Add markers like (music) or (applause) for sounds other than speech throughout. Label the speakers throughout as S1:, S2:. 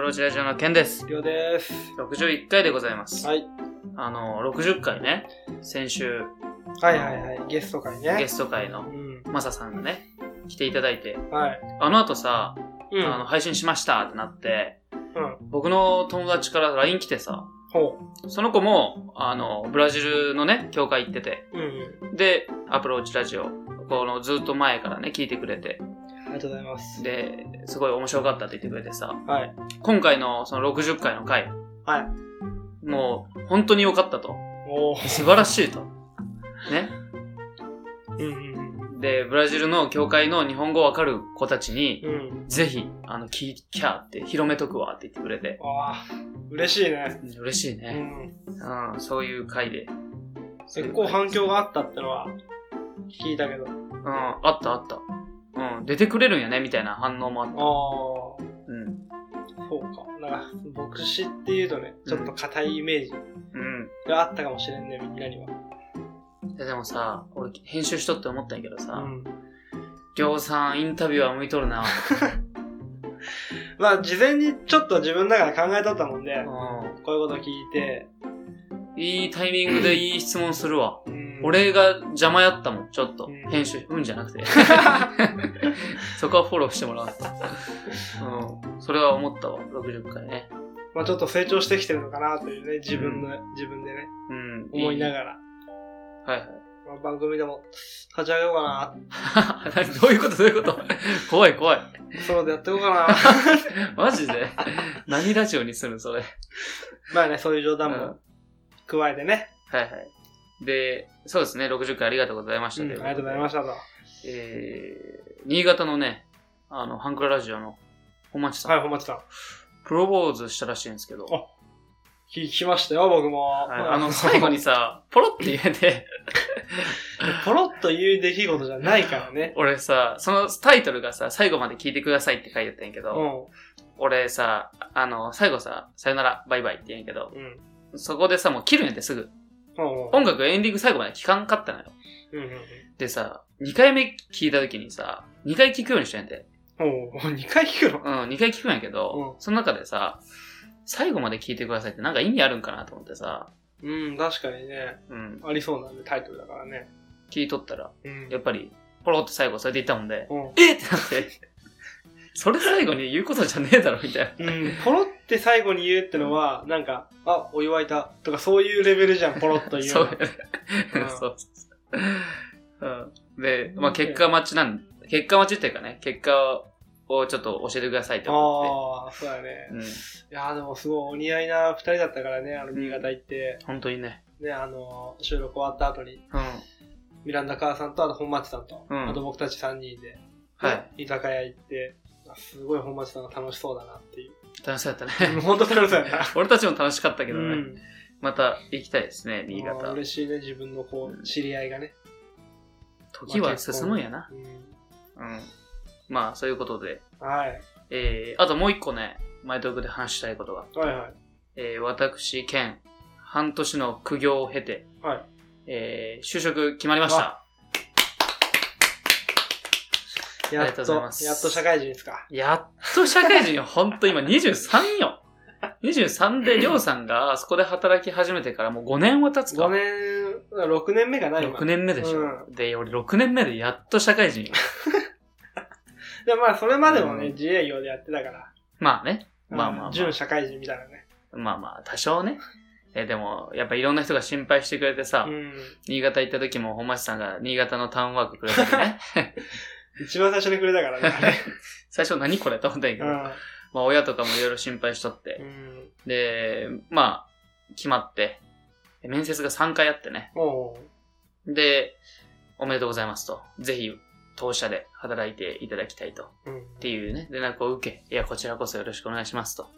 S1: ロチラジオのケンです。
S2: りょうです。
S1: 61回でございます。
S2: はい。
S1: あの、60回ね、先週、
S2: はいはいはい。ゲスト会ね。
S1: ゲスト会
S2: う
S1: の
S2: ん。
S1: マサさんがね、来ていただいて、
S2: はい。
S1: あの後さ、
S2: うん。
S1: あの、配信しましたってなって、
S2: うん。
S1: 僕の友達から LINE 来てさ、
S2: ほ
S1: その子も、あの、ブラジルのね、教会行ってて、
S2: う。うんうん。
S1: で、アプローチラジオ、このずっと前からね、聞いてくれて、
S2: ありがとうございます。
S1: で、すごい面白かったって言ってくれてさ、
S2: はい。
S1: 今回のその60回の回、
S2: は
S1: もう本当に良かったと。
S2: おー。
S1: 素晴らしいと。ね。
S2: うんうん
S1: で、ブラジルの教会の日本語わかる子たちに、
S2: うん。うん。
S1: ぜひ、あの、聞きゃーって広めとくわって言ってくれて、
S2: ああ、嬉しいね。
S1: 嬉しいうね。
S2: ん。
S1: うん、そういう回で。
S2: 結構反響があったってのは聞いたけど。
S1: うん、あったあった。うん、出てくれるんやね、みたいな反応もあった。
S2: あ
S1: うん。
S2: あ、そうか。なんか、牧師っていうとね、ちょっと硬いイメージ
S1: う
S2: があったかもしれんね、みんなには。
S1: ん。ででもさ、俺、編集しとって思ったんやけどさ、
S2: ん。
S1: りょうさん、インタビューは向いとるな。
S2: まあ、事前にちょっと自分の中で考えとったもんで、
S1: う
S2: こういうこと聞いて、
S1: ん。いいタイミングでいい質問するわ。
S2: うん
S1: 俺が邪魔やったもん、ちょっと
S2: うん。
S1: 編集、うんじゃなく
S2: (laughs)
S1: て。 (laughs) そこはフォローしてもらわんと。うん。それは思ったわ、60回ね。
S2: まあ、ちょっと成長してきてるのかなというね、自分の、自分でね、
S1: うん。
S2: 思いな
S1: が
S2: がら、
S1: ら。はい
S2: まあ、番組でも立ち上げようかな、
S1: はい。 (laughs) どういうことどういうこと怖い怖い。
S2: ソロでやっていこうか
S1: (laughs)
S2: な。
S1: マジで (laughs) 何ラジオにするのそれ。
S2: まあね、そういう冗
S1: うん
S2: 談
S1: は
S2: も加えてね、
S1: いはい。で、そうですね、60回ありがとうございました
S2: うんありがとうございま
S1: し
S2: したと。
S1: た。えー、新潟のね、あの、ハンクララジオの本町さん、
S2: はい、本町さん。
S1: プロポーズしたらしいんですけど、
S2: あ聞きましたよ、僕も。
S1: はいあの、最後に。さ、ポロって言えて、
S2: ポロッと言う出来事じゃないからね。
S1: 俺さ、そのタイトルがさ、最後まで聞いてくださいって書いてあったんやけ
S2: う
S1: ど、
S2: ん。
S1: 俺さ、あの、最後さ、さよなら、バイバイって言うんやけど、
S2: うん。うん。
S1: そこでさ、もう切るんやってすぐ。
S2: うん。
S1: 音楽エンディング最後まで聞かんかったのよ。
S2: うん。
S1: でさ、2回目聞いた時にさ、2回聞くようにしたんやて。
S2: うん。2回聞くの
S1: うん、2回聞くんやけど、
S2: うん
S1: その中でさ、最後まで聞いてくださいってなんか意味あるんかなと思ってさ、
S2: うん、確かにね。
S1: うん、
S2: ありそうなねタイトルだからね。
S1: 聞いとったら、
S2: うん。
S1: やっぱり、ポロって最後それで言ったもんで、
S2: うん。
S1: えってなって、 (laughs) それ最後に言うことじゃねえだろみたいな。
S2: うん、ポロって最後に言うってのは、なんか、あ、お祝いだとかそういうレベルじゃん、ポロっと言う
S1: (laughs) そ
S2: の
S1: う。やね
S2: うん
S1: そうそうそう。うん、で、まあ、結果待ちなん、結果待ちっていうかね、結果をちょっと教えてくださいって思
S2: ああ、そうだ
S1: っ
S2: ね
S1: て。。うん。
S2: いやーでもすごいお似合いな二人だったからね、あの、新潟行って、
S1: 本当にね。
S2: ね、あのー、収録終わった後に、
S1: うん。
S2: ミランダ母さんと、あと本町さんと、
S1: うん
S2: あと僕たち三人で、
S1: はい。
S2: 居酒屋行って、あすごい本町さんが楽しそうだなっていう。
S1: 楽しそうだっ
S2: う
S1: た (laughs)
S2: ん
S1: ね。
S2: ほんと楽しそうやな。
S1: 俺たちも楽しかったけ
S2: う
S1: どね。
S2: ん。
S1: また行きたいですね、新
S2: あー
S1: 潟。
S2: 嬉しいね、自分のこう、知り合いがね。
S1: 時は進むんやな。
S2: うん。
S1: うん。まあ、そういうことで。
S2: はい。
S1: えー、あともう一個ね、前トークで話したいことが。
S2: はいはい。
S1: えー、私、兼、半年の苦行を経て、
S2: はい
S1: えー、就職決まりました。
S2: や
S1: ありが
S2: っ
S1: とうご
S2: と、
S1: ざい
S2: や
S1: ます
S2: っと社会人ですか。
S1: やっと社会人よ、 (laughs) ほんと今23よ。23で、りょうさんがあそこで働き始めてからもう5年は経つか。
S2: 5年、6年目かな、今。
S1: 6年目でしょ。で、俺6年目でやっと社会人よ。
S2: でもまあ、それまでもね、
S1: うん
S2: 自営業でやってたから。
S1: まあね。まあまあまあ
S2: うん準社会人みたいなね。
S1: まあまあ、多少ね。えーでも、やっぱいろんな人が心配してくれてさ、
S2: うん。
S1: 新潟行った時も本町さんが新潟のタウンワークくれたり
S2: (laughs)
S1: ね。
S2: 一番最初にくれたか
S1: (laughs)
S2: らね。
S1: 最初何これと思ったんやけ
S2: う
S1: ど、
S2: ん
S1: まあ親とかもいろいろ心配しとって
S2: う、ん。
S1: で、まあ、決まって、面接が3回あってね。
S2: おう
S1: で、おめでとうございますと。ぜひ、当社で働いていただきたいと。っ
S2: うん。
S1: ていうね、連絡を受け、いや、こちらこそよろしくお願いしますと。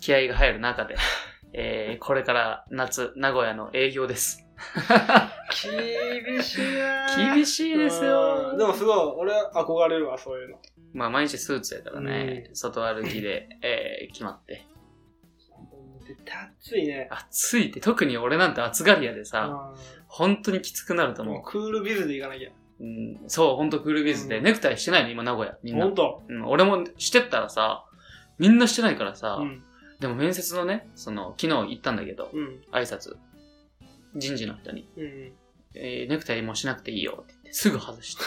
S1: 気合が入る
S2: (laughs)
S1: 中で、えー、これから夏、名古屋の営業
S2: (laughs)
S1: です。
S2: 厳しいな
S1: 厳
S2: し
S1: しいですよ。
S2: でもすごい、俺憧れるわ、そういうの。
S1: まあ、毎日スーツやからね、外歩きで、えー、決まって。
S2: 絶対暑いね。
S1: 暑いって、特に俺なんて暑がり屋でさ、
S2: う
S1: 本当にきつくなると
S2: んもう
S1: 思
S2: クールビズで行かなきゃ。
S1: う。うん、そう、本当クールビズで、
S2: うん
S1: ネクタイしてないの、今、名古屋、みんな
S2: ほん。と。
S1: うん、俺もしてったらさ、みんなしてないからさ、
S2: うん。
S1: でも面接のね、その、昨日行ったんだけど、
S2: うん。
S1: 挨拶、人事の人に、
S2: うん。
S1: えーネクタイもうしなくていいよって言って、 (laughs) すぐ外した。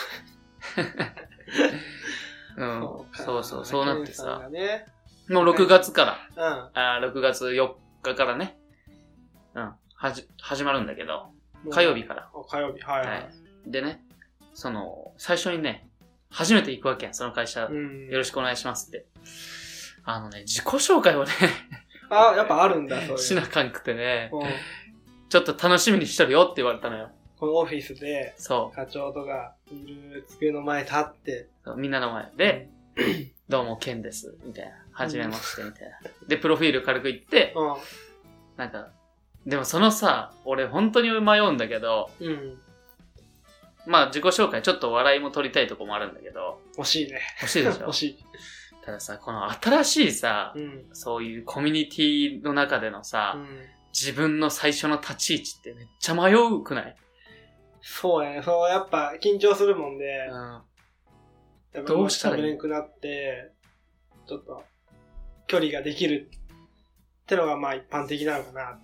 S1: うん、そうそう、そうなってさ、。
S2: ね。
S1: もう6月から、
S2: うん。
S1: あー6月4日からね、うん、はじ、始まるんだけど、
S2: もう
S1: 火曜日。から。
S2: あ火曜日、はいは
S1: はいい。。でね、その、最初にね、初めて行くわけやん、その会社、よ
S2: うん
S1: ろしくお願いしますって。あのね、自己紹介をね、
S2: あ、やっぱあるんだ、そうい
S1: (laughs)
S2: う。
S1: しなかんくてね、
S2: うん
S1: ちょっと楽しみにしとるよって言われたのよ。
S2: このオフィスで、
S1: そ
S2: 課長とかいる机の前立って。
S1: う。みんなの前で、どうも、ケンです。みたいな。はじめまして、みたいな。で、プロフィール軽く言って、
S2: うん。
S1: なんか、でもそのさ、俺本当に迷うんだけど、
S2: うん。
S1: まあ自己紹介ちょっと笑いも取りたいとこもあるんだけど、
S2: 惜しいね。
S1: 欲しいで
S2: (laughs)
S1: しょ
S2: 惜しい。
S1: たださ、この新しいさ
S2: う、ん。
S1: そういうコミュニティの中でのさ、
S2: うん。
S1: 自分の最初の立ち位置ってめっちゃ迷うくない、
S2: そうやね。そう、やっぱ緊張するもんで、やっぱ
S1: どうしたらいい
S2: 喋れんくなって、ちょっと、距離ができるってのがまあ一般的なのかな。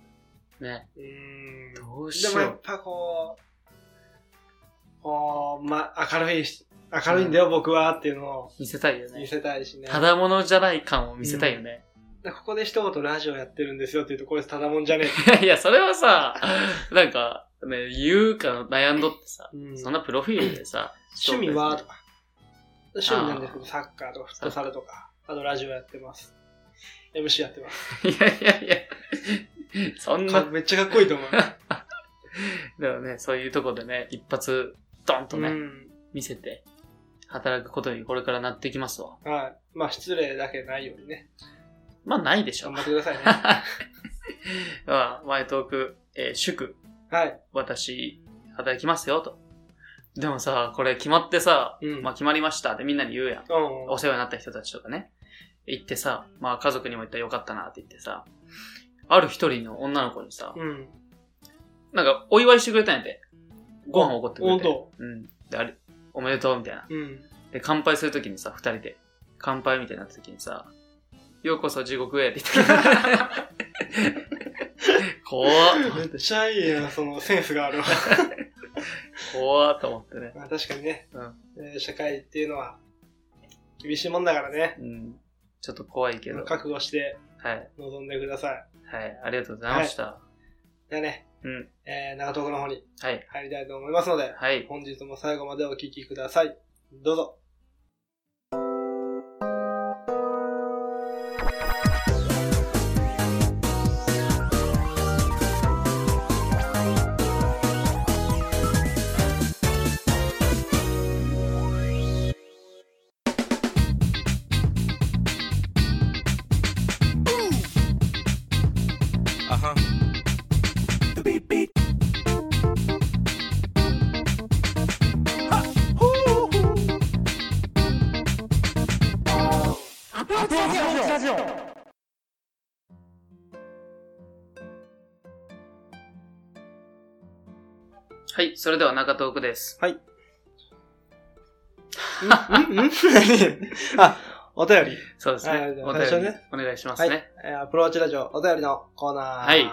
S1: うん。ね。
S2: うーん。
S1: どうしよ
S2: で
S1: う
S2: もやっぱこう、こう、ま、明るいし、明るいんだよ、僕はっていうのを
S1: 見せたいよ
S2: 見
S1: ね。
S2: せたいしね。
S1: ただものじゃない感を見せたいよね。
S2: でここで一言ラジオやってるんですよって言うと、これただもんじゃね
S1: いや、それはさ、なんか、ね、言うか悩んどってさ、
S2: え。うん
S1: そんなプロフィールでさ、
S2: 趣味
S1: 紹
S2: はと
S1: 介
S2: か。趣味なんですけど、サッカーとかフットサルとか、あとラジオやってます。MC やってます。
S1: するいやいやいや、そんな
S2: か、めっちゃかっこいいと思う。
S1: だよね、そういうとこでね、一発、ドンとね、
S2: うん。
S1: 見せて、働くことにこれからなっていきますわ。
S2: はい。まあ、失礼だけないようにね。
S1: (laughs) まあ、ないでしょう。
S2: 頑張ってくださいね。
S1: まあ、前トーク、えー祝、
S2: はい。
S1: 私、働きますよ、と。でもさ、これ決まってさ、
S2: うん。
S1: まあ、決まりましたってみんなに言うやん。
S2: うん。
S1: お世話になった人たちとかね。行ってさ、まあ、家族にも言ったらよかったなって言ってさ、ある一人の女の子にさ、
S2: うん。
S1: なんか、お祝いしてくれたんやて。ご飯をおごってくれ
S2: 本
S1: て。
S2: 当。
S1: うん。で、あれ、おめでとう、みたいな。
S2: うん。
S1: で、乾杯するときにさ、二人で、乾杯みたいになったときにさ、ようこそ地獄へって言ってた。 (laughs) 怖っ、
S2: めっちゃいいやんそのセンスがあるわ。
S1: 怖っと思ってね。
S2: (laughs) まあ確かにね、
S1: うん
S2: えー社会っていうのは厳しいもんだからね、
S1: うん。ちょっと怖いけど。はい。
S2: 覚悟して
S1: はい。
S2: 臨んでください。
S1: ありがとうございました。
S2: じゃあね、
S1: うん。
S2: えー長東区の方に
S1: はい。
S2: 入りたいと思いますので、
S1: はい。
S2: 本日も最後までお聞きください。ど
S1: (laughs)
S2: うぞ。
S3: Uh-huh. Beep, beep. Ha! Hoo, hoo.
S1: はい。それでは中トークです。
S2: んんん (laughs) あ、お便り、
S1: そうです
S2: は
S1: ね
S2: い。
S1: お便
S2: 最初
S1: り
S2: ね
S1: お願いします
S2: はい
S1: ね。
S2: えーアプローチラジオお便りのコーナー。
S1: はい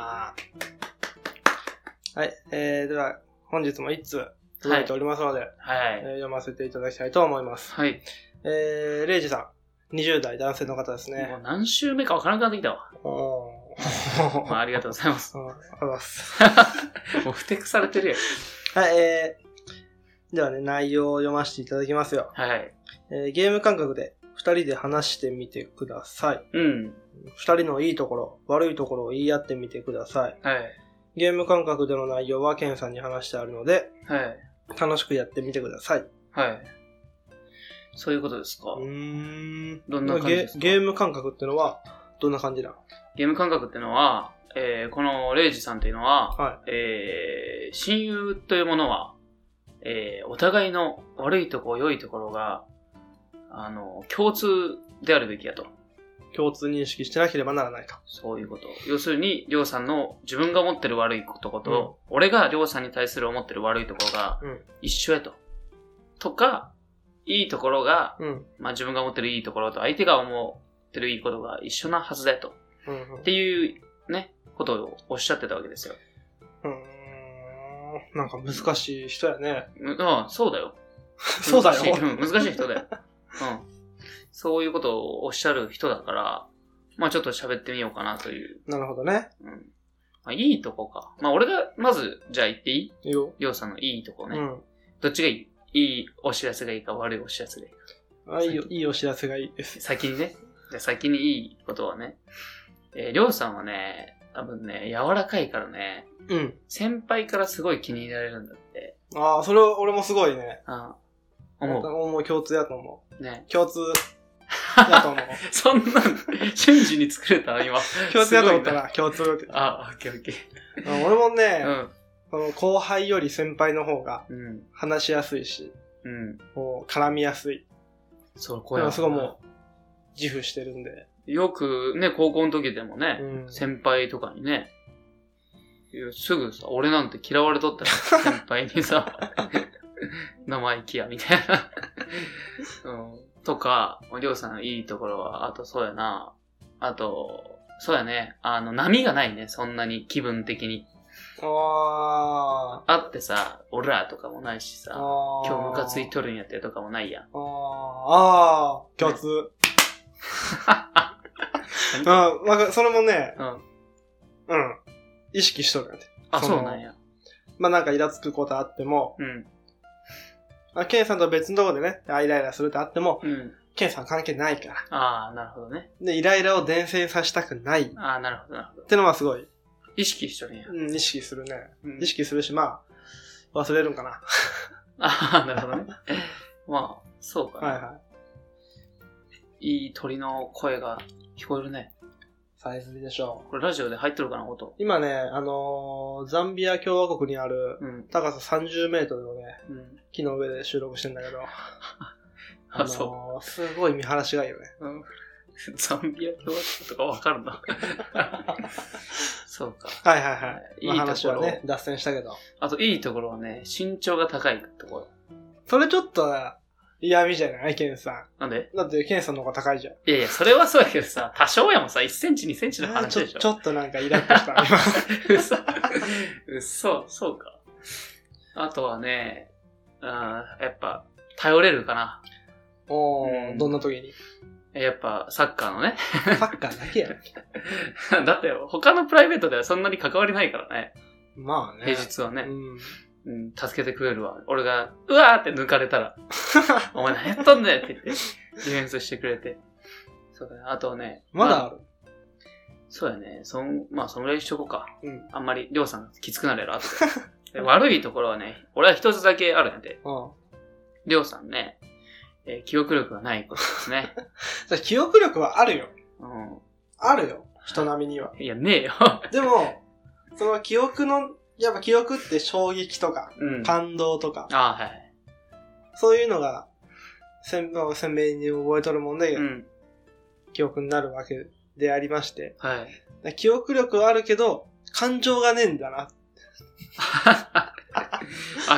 S2: はい。えー、では、本日も1通届いておりますので、
S1: は
S2: えー
S1: い。
S2: 読ませていただきたいと思います。
S1: はい。
S2: えー、レイジさん、20代男性の方です
S1: も
S2: ね
S1: う。何週目か分からなくなってきた
S2: (laughs)
S1: わ。
S2: お
S1: まあ、ありがとうござい
S2: (laughs)
S1: ます。
S2: うんありがとうございます。
S1: もうふてくされてるやん。
S2: はい、えー、ではね、内容を読ませていただきますよ。
S1: はい。
S2: えーゲーム感覚で2人で話してみてください。
S1: うん。
S2: 2人のいいところ、悪いところを言い合ってみてください。
S1: はい。
S2: ゲーム感覚での内容はケンさんに話してあるので、
S1: はい。
S2: 楽しくやってみてください。う
S1: はい。そういうことですか。
S2: ーん。
S1: どんな感じですか
S2: ゲゲーム感覚ってのは、どんな感じなの
S1: ゲーム感覚っていうのは、えーこのレイジさんというのは、
S2: は
S1: えー親友というものは、えーお互いの悪いところ、良いところが、あの、共通であるべきやと。
S2: 共通認識してなければならないと。
S1: そういうこと。要するに、りょうさんの自分が思ってる悪いとこと、俺がりょうさんに対する思ってる悪いところが
S2: うん
S1: 一緒やと。とか、いいところが、
S2: うん。
S1: まあ、自分が思ってるいいところと相手が思ってるいいことが一緒なはずだと。
S2: うんうん
S1: っていうね、ことをおっしゃってたわけですよ。
S2: うーんなんか難しい人やね。
S1: むああ、 (laughs) そうだよ。
S2: そうだよ。
S1: 難しいうん難しい人だよ。うん。そういうことをおっしゃる人だから、まあちょっと喋ってみようかなという。
S2: (laughs) なるほどね。
S1: うん。まあいいとこか。まあ俺が、まず、じゃあ言っていい
S2: いいよ。
S1: りょうさんのいいとこ
S2: う
S1: ね。
S2: ん。
S1: どっちがいいいいお知らせがいいか悪いお知らせがいいか。
S2: あいいよ、いいお知らせがいいです。
S1: 先にね。じゃあ先にいいことはね。えーりょうさんはね、多分ね、柔らかいからね、
S2: うん。
S1: 先輩からすごい気に入られるんだって。
S2: ああ、それは俺もすごいね。
S1: あ思
S2: 思う共通やと思
S1: う。ね
S2: う。。
S1: (laughs)
S2: 共通やと思う。
S1: そんなん、瞬時に作れた今。
S2: 共通やと思った
S1: すごい
S2: ら、共通って。
S1: あ、オッケーオッケ
S2: うん俺もね、
S1: ー。
S2: その後輩より先輩の方が
S1: うん。うん。
S2: 話しやすいし、
S1: うん。
S2: こう絡みやすい。
S1: そう、こ
S2: で
S1: れ
S2: もすごいもう、自負してるんで。
S1: う。よくね、高校の時でもね、
S2: うん
S1: 先輩とかにね、いやすぐさ、俺なんて嫌われとった (laughs) よ。先輩にさ、生意気や、みたいな。うん。とか、りょうさんのいいところは、あとそうやな、あと、そうやね、あの、波がないね、そんなに気分的に。
S2: あ
S1: あってさ、俺らとかもないし
S2: ー
S1: さ。
S2: あー。
S1: 今日ムカついとるんやってとかもないやん。 (laughs)
S2: あーあー、共通。うん、わかそれもね、
S1: うん。
S2: うん。意識しとるんやて。
S1: あ、
S2: その
S1: そうなんや。
S2: まあなんかイラつくことあっても、
S1: うん。
S2: あケンさんと別のとこでね、あイライラするってあっても、
S1: うん。
S2: ケンさん関係ないから。
S1: ああ、なるほどね。
S2: で、イライラを伝染させたくないっ
S1: ああ、なるほど、なるほど。
S2: てのはすごい、
S1: 意識しとるんや。
S2: うん、意識するね。
S1: うん
S2: 意識するし、まあ、忘れるんかな。
S1: ああ、 (laughs) なる
S2: (laughs)
S1: ほどね。まあ、そうか、。
S2: はいはい
S1: いい鳥の声が聞こえるね。
S2: い。さえずりでしょう。
S1: これラジオで入っとるかな、音。
S2: 今ね、あのーザンビア共和国にある
S1: うん。
S2: 高さ30メートルのね、
S1: うん。
S2: 木の上で収録してんだけど、
S1: あ、
S2: のー
S1: そ
S2: すごい見晴らしがいいよね。
S1: う。うん。 (laughs) ザンビア共和国とかわかる
S2: (laughs)
S1: な。そうか。
S2: はいはいはい。
S1: いい
S2: まあ
S1: ところ
S2: 話はね、脱線したけど。
S1: あと、いいところはね、身長が高いところ。
S2: それちょっとね嫌味じゃないケンさ
S1: なんで
S2: ん。だってケンさんの方が高いじゃん。
S1: いやいや、それはそうやけどさ、多少やもんさ、1センチ、2センチの
S2: あー
S1: 話
S2: ちょ
S1: でしょ。
S2: ちょっとなんかイラッとした。
S1: (laughs)
S2: 今
S1: 嘘。嘘、そうか。あとはね、うん、やっぱ、頼れるかな。
S2: おー、
S1: うん
S2: どんな時に。
S1: やっぱ、サッカーのね。
S2: サッカーだけや
S1: (laughs)
S2: ん。
S1: だって、他のプライベートではそんなに関わりないからね。
S2: まあね。
S1: 平日はね。
S2: (laughs) うん。
S1: うん、助けてくれるわ。俺が、うわーって抜かれたら、お前何やっとんだよって言 (laughs) って、ディフェンスしてくれて。そうだね。あとね。
S2: ま
S1: あ
S2: だある。
S1: そうだね。そん、まあ、そのぐらいにしとこうか。
S2: うん。
S1: あんまり、りょうさんきつくなるやろ、後で。で悪いところはね、 (laughs) 俺は一つだけあるんやで。
S2: うん。
S1: りょうさんね、えー記憶力がないことですね。
S2: じゃあ記憶力はあるよ。
S1: う
S2: あるよ。人並みには。
S1: ん。いや、ねえよ。
S2: でも、その記憶の、やっぱ記憶って衝撃とか、
S1: うん。あ
S2: 感動とか、
S1: あ、はい。
S2: そういうのが、鮮鮮明に覚えとるもんで、
S1: うん。
S2: 記憶になるわけでありまして。
S1: はい。
S2: だから記憶力はあるけど、感情がねえんだな。
S1: あ、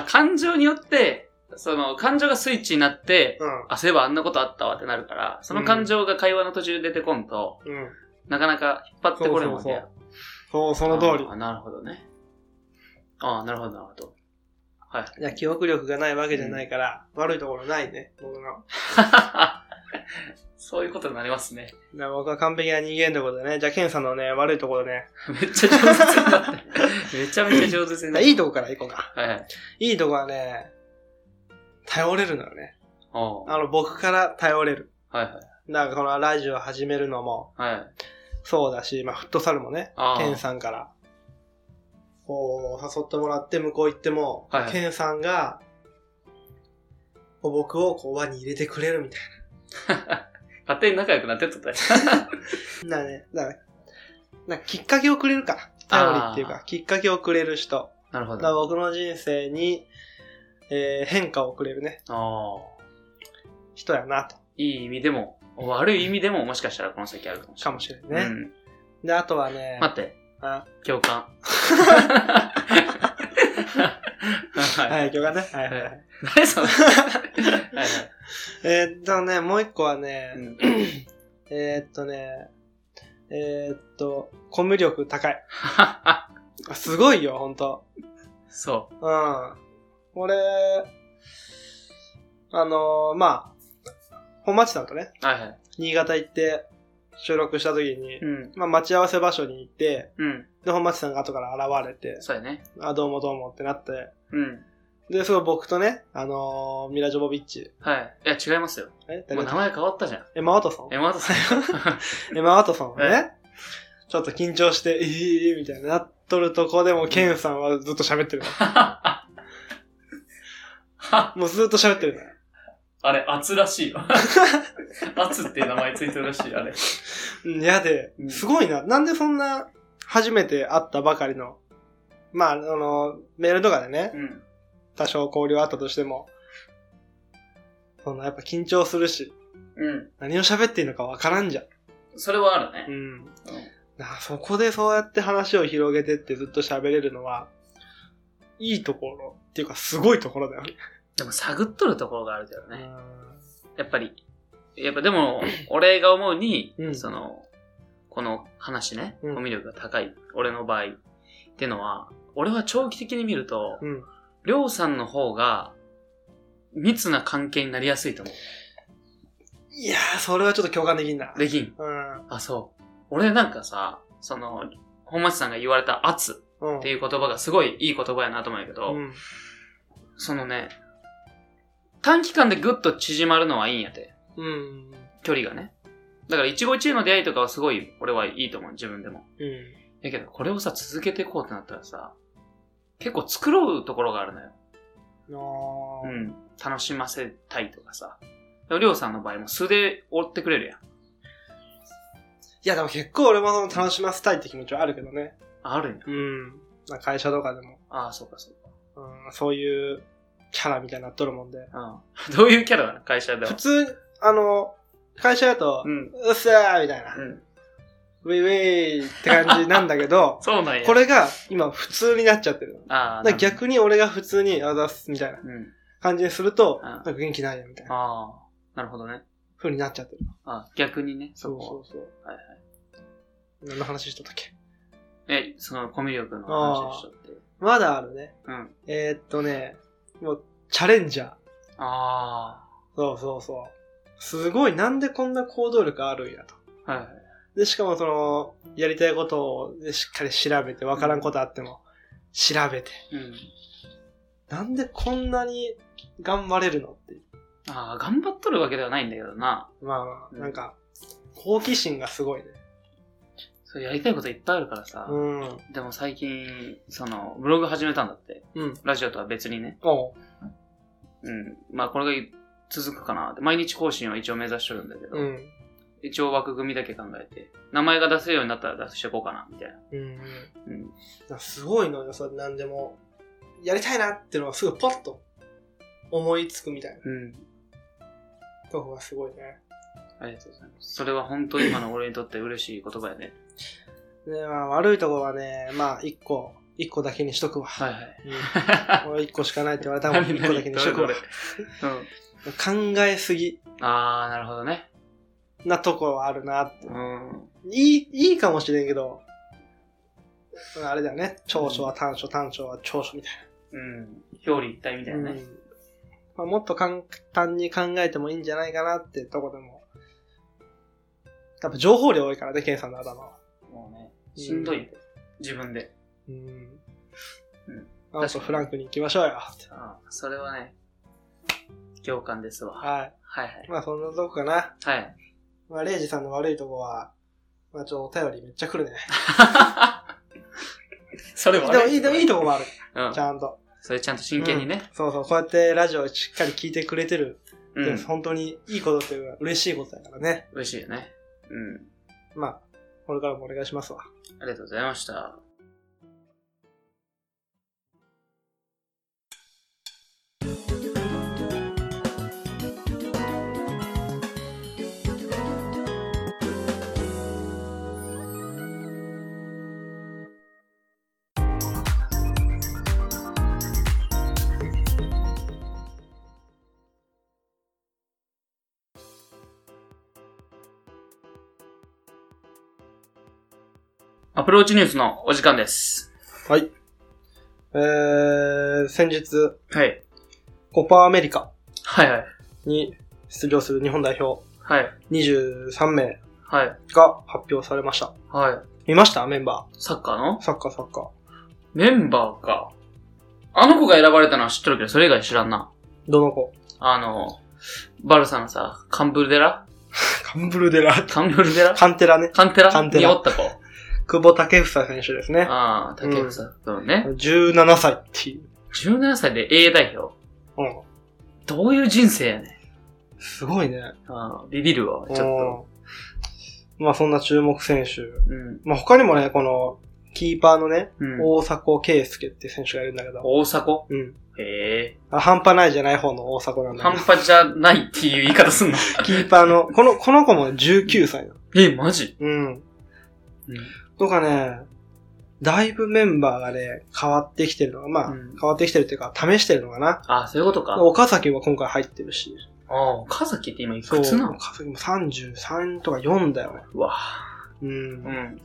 S1: 感情によって、その、感情がスイッチになって、
S2: う
S1: あ、そういえばあんなことあったわってなるから、その感情が会話の途中で出てこんと、
S2: ん。うん。
S1: なかなか引っ張ってこれんわけや。
S2: そう、その通り
S1: あ。あ、なるほどね。ああ、なるほど、なるほど。 (laughs) はい。
S2: いや、記憶力がないわけじゃないから、悪いところないね、僕の。
S1: そういうことになりますね。
S2: だから僕は完璧な人間ってことでね、じゃあ、ケンさんのね、悪いところね。
S1: めっちゃ上手になって。めちゃめちゃ上手になって。
S2: いいとこから行こうか。
S1: はいはい。
S2: いいとこはね、頼れるのよね。
S1: おう
S2: あの、僕から頼れる。
S1: はいはい。
S2: だから、このラジオ始めるのも
S1: はい。
S2: そうだし、まあ、フットサルもね、
S1: ああ
S2: ケンさんから、こう、誘ってもらって、向こう行っても、
S1: はい
S2: ケンさんが、こう僕をこう輪に入れてくれるみたい
S1: (laughs) 勝手に仲良くなってっと
S2: (laughs)
S1: ったよ
S2: な。だからね、だから、なんかきっかけをくれるから。頼りっていう
S1: あ
S2: か、きっかけをくれる人。
S1: なるほ
S2: だから
S1: ど。
S2: 僕の人生に、えー変化をくれるね、
S1: ああ。
S2: 人やなと、
S1: いい意味でも、悪い意味でももしかしたらこの先あるかもし
S2: か
S1: れ
S2: もしれな
S1: ないい。
S2: ね。
S1: ね。
S2: で、あとはね
S1: うん。、待って、
S2: あ
S1: 共 (laughs) 感。
S2: は、
S1: はい
S2: 今日がね、はいはいはい。
S1: 何そのはいはい。
S2: えーっとね、もう一個はね、
S1: うん
S2: えーっとね、えーっと、コミュ力高い。
S1: あ
S2: あすごいよ、ほんと。
S1: そ
S2: うん。俺、あのーまあ、本町さんとね、
S1: う。はいはい。
S2: 新潟行って収録した時に、
S1: うん。
S2: まあ、待ち合わせ場所に行って、
S1: うん。
S2: で、本町さんが後から現れて、
S1: そうやね。
S2: あ、どうもどうもってなって、
S1: うん。
S2: で、その僕とね、あのーミラ・ジョボビッチ、
S1: はい。いや、違いますよ。
S2: え
S1: もう
S2: 誰だ
S1: 名
S2: っ
S1: 前変わったじゃん。
S2: けエマ・ワトソン
S1: エマワトソン。
S2: エマ・ワトソンがね、ちょっと緊張して、えー、みたいになっとるとこでも、ケンさんはずっと喋ってるの。もうずっと喋ってるの。
S1: (laughs) あれ、アツらしいよ。 (laughs) アツって名前ついてるらしい、あれ。
S2: うん、やで
S1: う、ん
S2: すごいな。なんでそんな、初めて会ったばかりの、まあ、あの、メールとかでね
S1: う、ん。
S2: 多少交流あったとしても、そんなやっぱ緊張するし、
S1: うん。
S2: 何を喋っていいのかわからんじゃん。
S1: それはあるね
S2: う。ん。なあそこでそうやって話を広げてってずっと喋れるのは、いいところ、っていうかすごいところだよね。
S1: でも探っとるところがあるけど
S2: う
S1: ね。
S2: ん
S1: やっぱり。やっぱで
S2: (laughs)
S1: も、俺が思うに、
S2: うん
S1: その、この話ね、
S2: うん
S1: コミュ力が高い、俺の場合ってのは、俺は長期的に見ると、
S2: うん。
S1: りょうさんの方が、密な関係になりやすいと思
S2: いやー、それはちょっと共感できんな
S1: う。。できん。
S2: うん。
S1: あ、そう。俺なんかさ、その、本町さんが言われた圧
S2: うん。
S1: っていう言葉がすごいいい言葉やなと思うんやけど、
S2: うん。
S1: そのね、短期間でぐっと縮まるのはいいんやて。
S2: うん。
S1: 距離がね。だから、一期一会の出会いとかはすごい、俺はいいと思う、自分でも。
S2: うん。
S1: やけど、これをさ、続けていこうってなったらさ、結構繕うところがあるのよ。う
S2: あー
S1: ん。楽しませたいとかさ。でもりょうさんの場合も素で追ってくれるやん。
S2: いや、でも結構俺もその楽しませたいって気持ちはあるけどね。
S1: ああるんや。
S2: うん。まあ会社とかでも、
S1: ああ、そうかそう
S2: うん、そういうキャラみたいになっとるもんで。
S1: か。うん。 (laughs) どういうキャラなの会社では
S2: 普。通、あの、会社だと
S1: う、ん。
S2: うっせーみたいな
S1: う、ん。
S2: ウェイウェイって感じなんだ
S1: (laughs)
S2: けど、
S1: そうなんや。
S2: これが今普通になっちゃってる。
S1: ああ。
S2: だから逆に俺が普通にあざっすみたい
S1: な
S2: な
S1: るほど。うん。
S2: 感じにすると、
S1: うん
S2: なんか元気ないよみたいな
S1: ああ。なるほどね。
S2: 風になっちゃってる。
S1: ああ逆にね。
S2: そう
S1: こ
S2: そうそう。
S1: はいはい。
S2: 何の話しとったっけ
S1: え、そのコミュ力の話をしとって。
S2: まだあるね。
S1: うん。
S2: えー、っとね、もうチャレンジャー。
S1: あ
S2: そうそうそう。すごい、なんでこんな行動力あるんやと。
S1: あ。はいはい。
S2: で、しかもその、やりたいことをしっかり調べて、わからんことあっても、調べて。
S1: うん。
S2: なんでこんなに頑張れるのっていう。
S1: ああ、頑張っとるわけではないんだけどな。
S2: まあまあ、
S1: うん
S2: なんか、好奇心がすごいね。
S1: そう、やりたいこといっぱいあるからさ。
S2: うん。
S1: でも最近、その、ブログ始めたんだって。
S2: うん。
S1: ラジオとは別にね。
S2: おう。
S1: うん。まあ、これが続くかなって。毎日更新を一応目指してるんだけど。
S2: うん。
S1: 一応枠組みだけ考えて。名前が出せるようになったら出していこうかな、みたいな。
S2: うん。
S1: うん。
S2: なんかすごいのよ、それなんでも。やりたいなっていうのがすぐポッと思いつくみたいな
S1: うん。
S2: とこがすごいね。
S1: ありがとうございます。それは本当に今の俺にとって嬉しい言葉やね。
S2: ねまあ、悪いところはね、まあ、一個、一個だけにしとくわ。
S1: はいはい。
S2: うん、俺一個しかないって言われた
S1: (laughs)
S2: もん、一個だけにしとくわ。
S1: どれ
S2: 考
S1: どれ (laughs) うん。
S2: えすぎ
S1: あー、なるほどね。
S2: なとこはあるなって。
S1: うん。
S2: いい、いいかもしれんけど、うんあれだよね。長所は短所、短所は長所みたい
S1: うん。表裏一体みたい
S2: な。
S1: な
S2: う
S1: ね。
S2: んまあ、もっと簡単に考えてもいいんじゃないかなってとこでも。やっぱ情報量多いからね、ケンさんの頭は。
S1: もうね、しんどい。自分で。
S2: うん。
S1: うん
S2: もっとフランクに行きましょうよ。って
S1: あーそれはね、共感ですわ。はい
S2: は
S1: はい
S2: い。。まあそんなとこかな。
S1: はい。
S2: まあ、レイジさんの悪いとこは、まあちょっとお便りめっちゃ来
S1: (laughs)
S2: るね。
S1: (laughs) それ
S2: で
S1: は
S2: もいい、でもいいとこもある。
S1: うん
S2: ち。ゃんと。
S1: それちゃんと真剣にね。
S2: そうそう、こうやってラジオをしっかり聞いてくれてる
S1: う
S2: っ
S1: ん。
S2: て、本当にいいことっていうか嬉しいことだからね。
S1: 嬉しいよね。うん。
S2: まあ、これからもお願いしますわ。
S1: ありがとうございました。アプローチニュースのお時間です。
S2: はい。えー、先日、
S1: はい。
S2: コパアメリカ
S1: はいはい。
S2: に出場する日本代表
S1: はい。
S2: 23名
S1: はい。
S2: が発表されました。
S1: はい。
S2: 見ましたメンバ
S1: サッカーの
S2: ー。サッカーサッカ
S1: メンバーか。あの子が選ばれたのは知ってるけど、それ以外知らんな。
S2: ー。どの子
S1: あの、バルサのさ、カンブルデラ
S2: カンブルデラ。
S1: カンブルデラ
S2: カンテラね。
S1: カンテラ
S2: カンテラ
S1: におった子。
S2: 久保建英選手ですね。
S1: ああ、竹内さんとのね。
S2: 17歳っていう。
S1: 17歳で A 代表。
S2: うん。
S1: どういう人生やねん。
S2: すごいね。
S1: ああ、ビビるわ、ちょっ
S2: うんまあそんな注目選手。
S1: と。うん。
S2: まあ他にもね、この、キーパーのね、
S1: うん。
S2: 大迫圭介っていう選手がいるんだけど。
S1: 大迫
S2: うん。
S1: へえ。
S2: あ半端ないじゃない方の大迫なんだ
S1: 半
S2: けど。
S1: 端じゃないっていう言い方すんの。 (laughs)
S2: キーパーの、この、この子も19歳なの。
S1: え、マジ
S2: うん。
S1: うん。
S2: とかね、だいぶメンバーがね、変わってきてるのが、まあ、
S1: うん
S2: 変わってきてるっていうか、試してるのかな。
S1: ああ、そういうことか。
S2: 岡崎は今回入ってるし。
S1: ああ、岡崎って今いくつなの
S2: 岡崎も33とか4だよね。
S1: うわ
S2: うん。
S1: うん。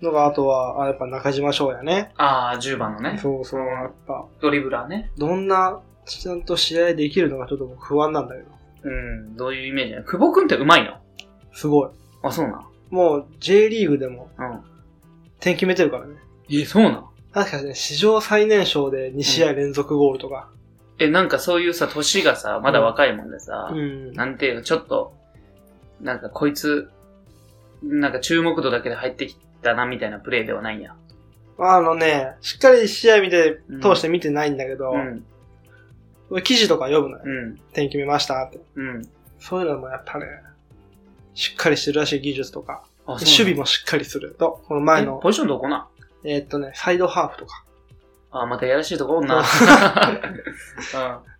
S2: のが、あとは、あやっぱ中島翔也ね。
S1: ああ、10番のね。
S2: そうそう、やっぱ。
S1: ドリブラーね。
S2: どんな、ちゃんと試合できるのかちょっと僕不安なんだけど。
S1: うん。どういうイメージなの久保くんってうまいの
S2: すごい。
S1: あ、そうな
S2: もう J リーグでも
S1: の。
S2: 点決めてるからね。
S1: うん。え、そうなの
S2: 確かにね、史上最年少で2試合連続ゴールとか。
S1: え、なんかそういうさ、年がさ、まだ若いもんでさ、
S2: うん。
S1: なんていうの、ちょっと、なんかこいつ、なんか注目度だけで入ってきたなみたいなプレーではないんや。
S2: あのね、しっかり試合見て
S1: う、ん
S2: 通して見てないんだけど、
S1: うん。
S2: 記事とか読むのよ。
S1: うん。
S2: 点決めましたって。
S1: うん。
S2: そういうのもやっぱね、しっかりしてるらしい技術とか、
S1: あ、
S2: 守備もしっかりすると、この前
S1: え
S2: の、
S1: ポジションどこな
S2: えーっとね、サイドハーフとか、
S1: あ、またやらしいとこおんな。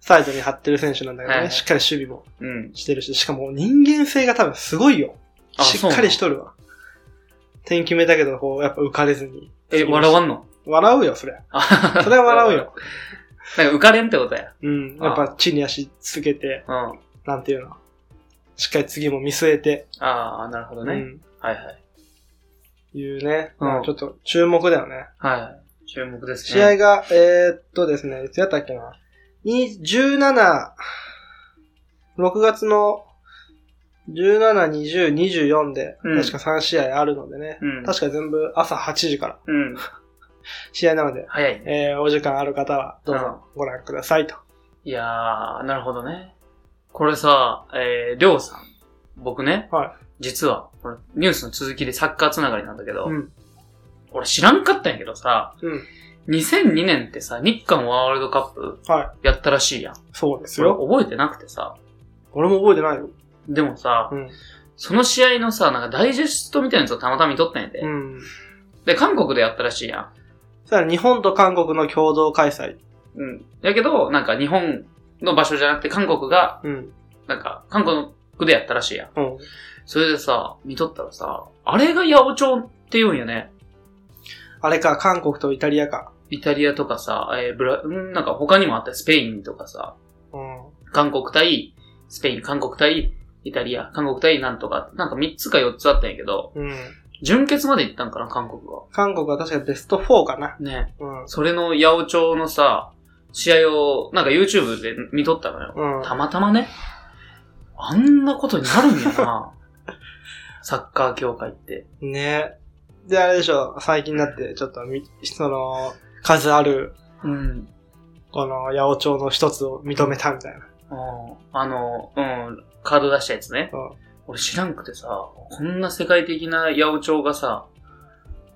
S2: サイドに張ってる選手なんだけどね、
S1: はいはい
S2: しっかり守備も
S1: (laughs) うん。うん。
S2: してるし、しかも人間性が多分すごいよ。
S1: あ
S2: しっかりしとるわ。点決めたけど、こう、やっぱ浮かれずに。
S1: え、笑わんの
S2: 笑うよ、そりゃ。
S1: あ
S2: それは笑
S1: (laughs)
S2: うよ。
S1: なんか浮かれんってことや。
S2: うん。
S1: あ
S2: やっぱ地に足つけて、
S1: うん。あ
S2: なんていうの。しっかり次も見据えて、
S1: あ、なるほどね。
S2: うん。
S1: はいはい。
S2: いうね。
S1: うん
S2: まあちょっと注目だよね。
S1: はい。注目ですね。
S2: 試合が、えーっとですね、いつやったっけな。に17、6月の17、20、24で、
S1: うん
S2: 確か3試合あるのでね。
S1: うん。
S2: 確か全部朝8時から
S1: うん。
S2: 試合なので、
S1: 早いね。
S2: えーお時間ある方はどうぞご覧くださいと。
S1: いやー、なるほどね。これさ、えー、りょうさん。僕ね。
S2: はい
S1: 実は、これニュースの続きでサッカーつながりなんだけど、
S2: うん。
S1: 俺知らんかったんやけどさ、
S2: うん。
S1: 2002年ってさ、日韓ワールドカップ
S2: は
S1: やったらしいやん。
S2: そうです
S1: 俺
S2: よ。
S1: 覚えてなくてさ。
S2: 俺も覚えてないよ。
S1: でもさ、
S2: うん。
S1: その試合のさ、なんかダイジェストみたいなやつをたまたま見とったんやで。
S2: うん。
S1: で、韓国でやったらしいやん。
S2: さあ、日本と韓国の共同開催。
S1: うん。やけど、なんか日本の場所じゃなくて韓国が、
S2: うん。
S1: なんか韓国でやったらしいやん。
S2: うん。
S1: それでさ、見とったらさ、あれが八百長って言うんよね。
S2: あれか、韓国とイタリアか。
S1: イタリアとかさ、えーブラ、うんなんか他にもあったよスペインとかさ、
S2: うん。
S1: 韓国対、スペイン、韓国対、イタリア、韓国対なんとか、なんか3つか4つあったんやけど、
S2: うん。
S1: 準決まで行ったんかな、韓国は。
S2: 韓国は確かベスト4かな。
S1: ね。
S2: うん。
S1: それの八百長のさ、試合を、なんか YouTube で見とったのよ。
S2: うん。
S1: たまたまね。あんなことになるんやな。サッカー協会って。
S2: ねで、あれでしょ、最近になって、ちょっとみ、その、数ある、
S1: うん。
S2: この、八百長の一つを認めたみたいな。
S1: うんあの、うん、カード出したやつね。
S2: うん
S1: 俺知らんくてさ、こんな世界的な八百長がさ、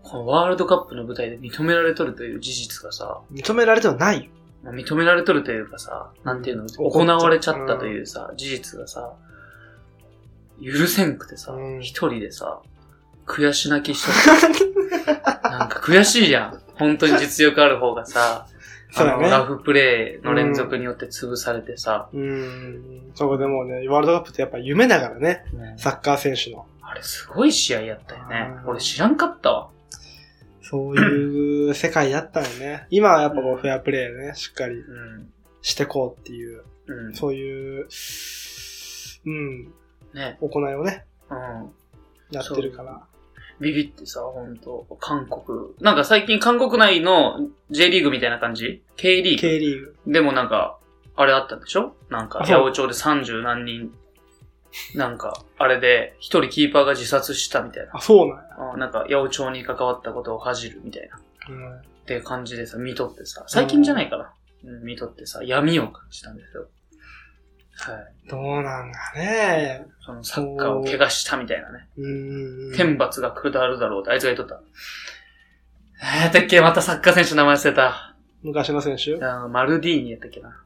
S1: このワールドカップの舞台で認められとるという事実がさ、
S2: 認められてはないよ。
S1: まあ認められとるというかさ、なんていうの、
S2: 怒っちゃ
S1: 行
S2: う
S1: われちゃったというさ、事実がさ、許せんくてさ
S2: う、ん
S1: 一人でさ、悔し泣きしと
S2: (laughs)
S1: った。なんか悔しいやん。本当に実力ある方がさ、
S2: (laughs) そうだ
S1: あの、ラ
S2: ね。
S1: フプレーの連続によって潰されてさ、
S2: うん。そこでもうね、ワールドカップってやっぱ夢だからね。
S1: ね
S2: サッカー選手の。
S1: あれすごい試合やったよね
S2: う。ん
S1: 俺知らんかったわ。
S2: そういう世界だったよね。今はやっぱこうフェアプレーね、しっかり
S1: うん。
S2: してこうっていう、
S1: うん。
S2: そういう、うん、
S1: ね。
S2: 行いをね、
S1: うん。
S2: やってるから。
S1: ビビってさ、ほんと、韓国。なんか最近韓国内の J リーグみたいな感じ ?K リーグ
S2: K リーグ。
S1: でもなんか、あれあったんでしょなんか、
S2: あ
S1: 八百長で30何人、なんか、あれで、一人キーパーが自殺したみたいな。
S2: あ、そうなんや。
S1: あなんか、八百長に関わったことを恥じるみたいな。
S2: うん
S1: って感じでさ、見とってさ、最近じゃないかな。うん、見とってさ、闇を感じたんですよ。はい。
S2: どうなんだね。
S1: そのサッカーを怪我したみたいなね。
S2: うん。
S1: 天罰が下るだろうって、あいつが言っとった。えー、だっけ、またサッカー選手の名前忘れた。
S2: 昔の選手
S1: あのマルディーニやったっけな。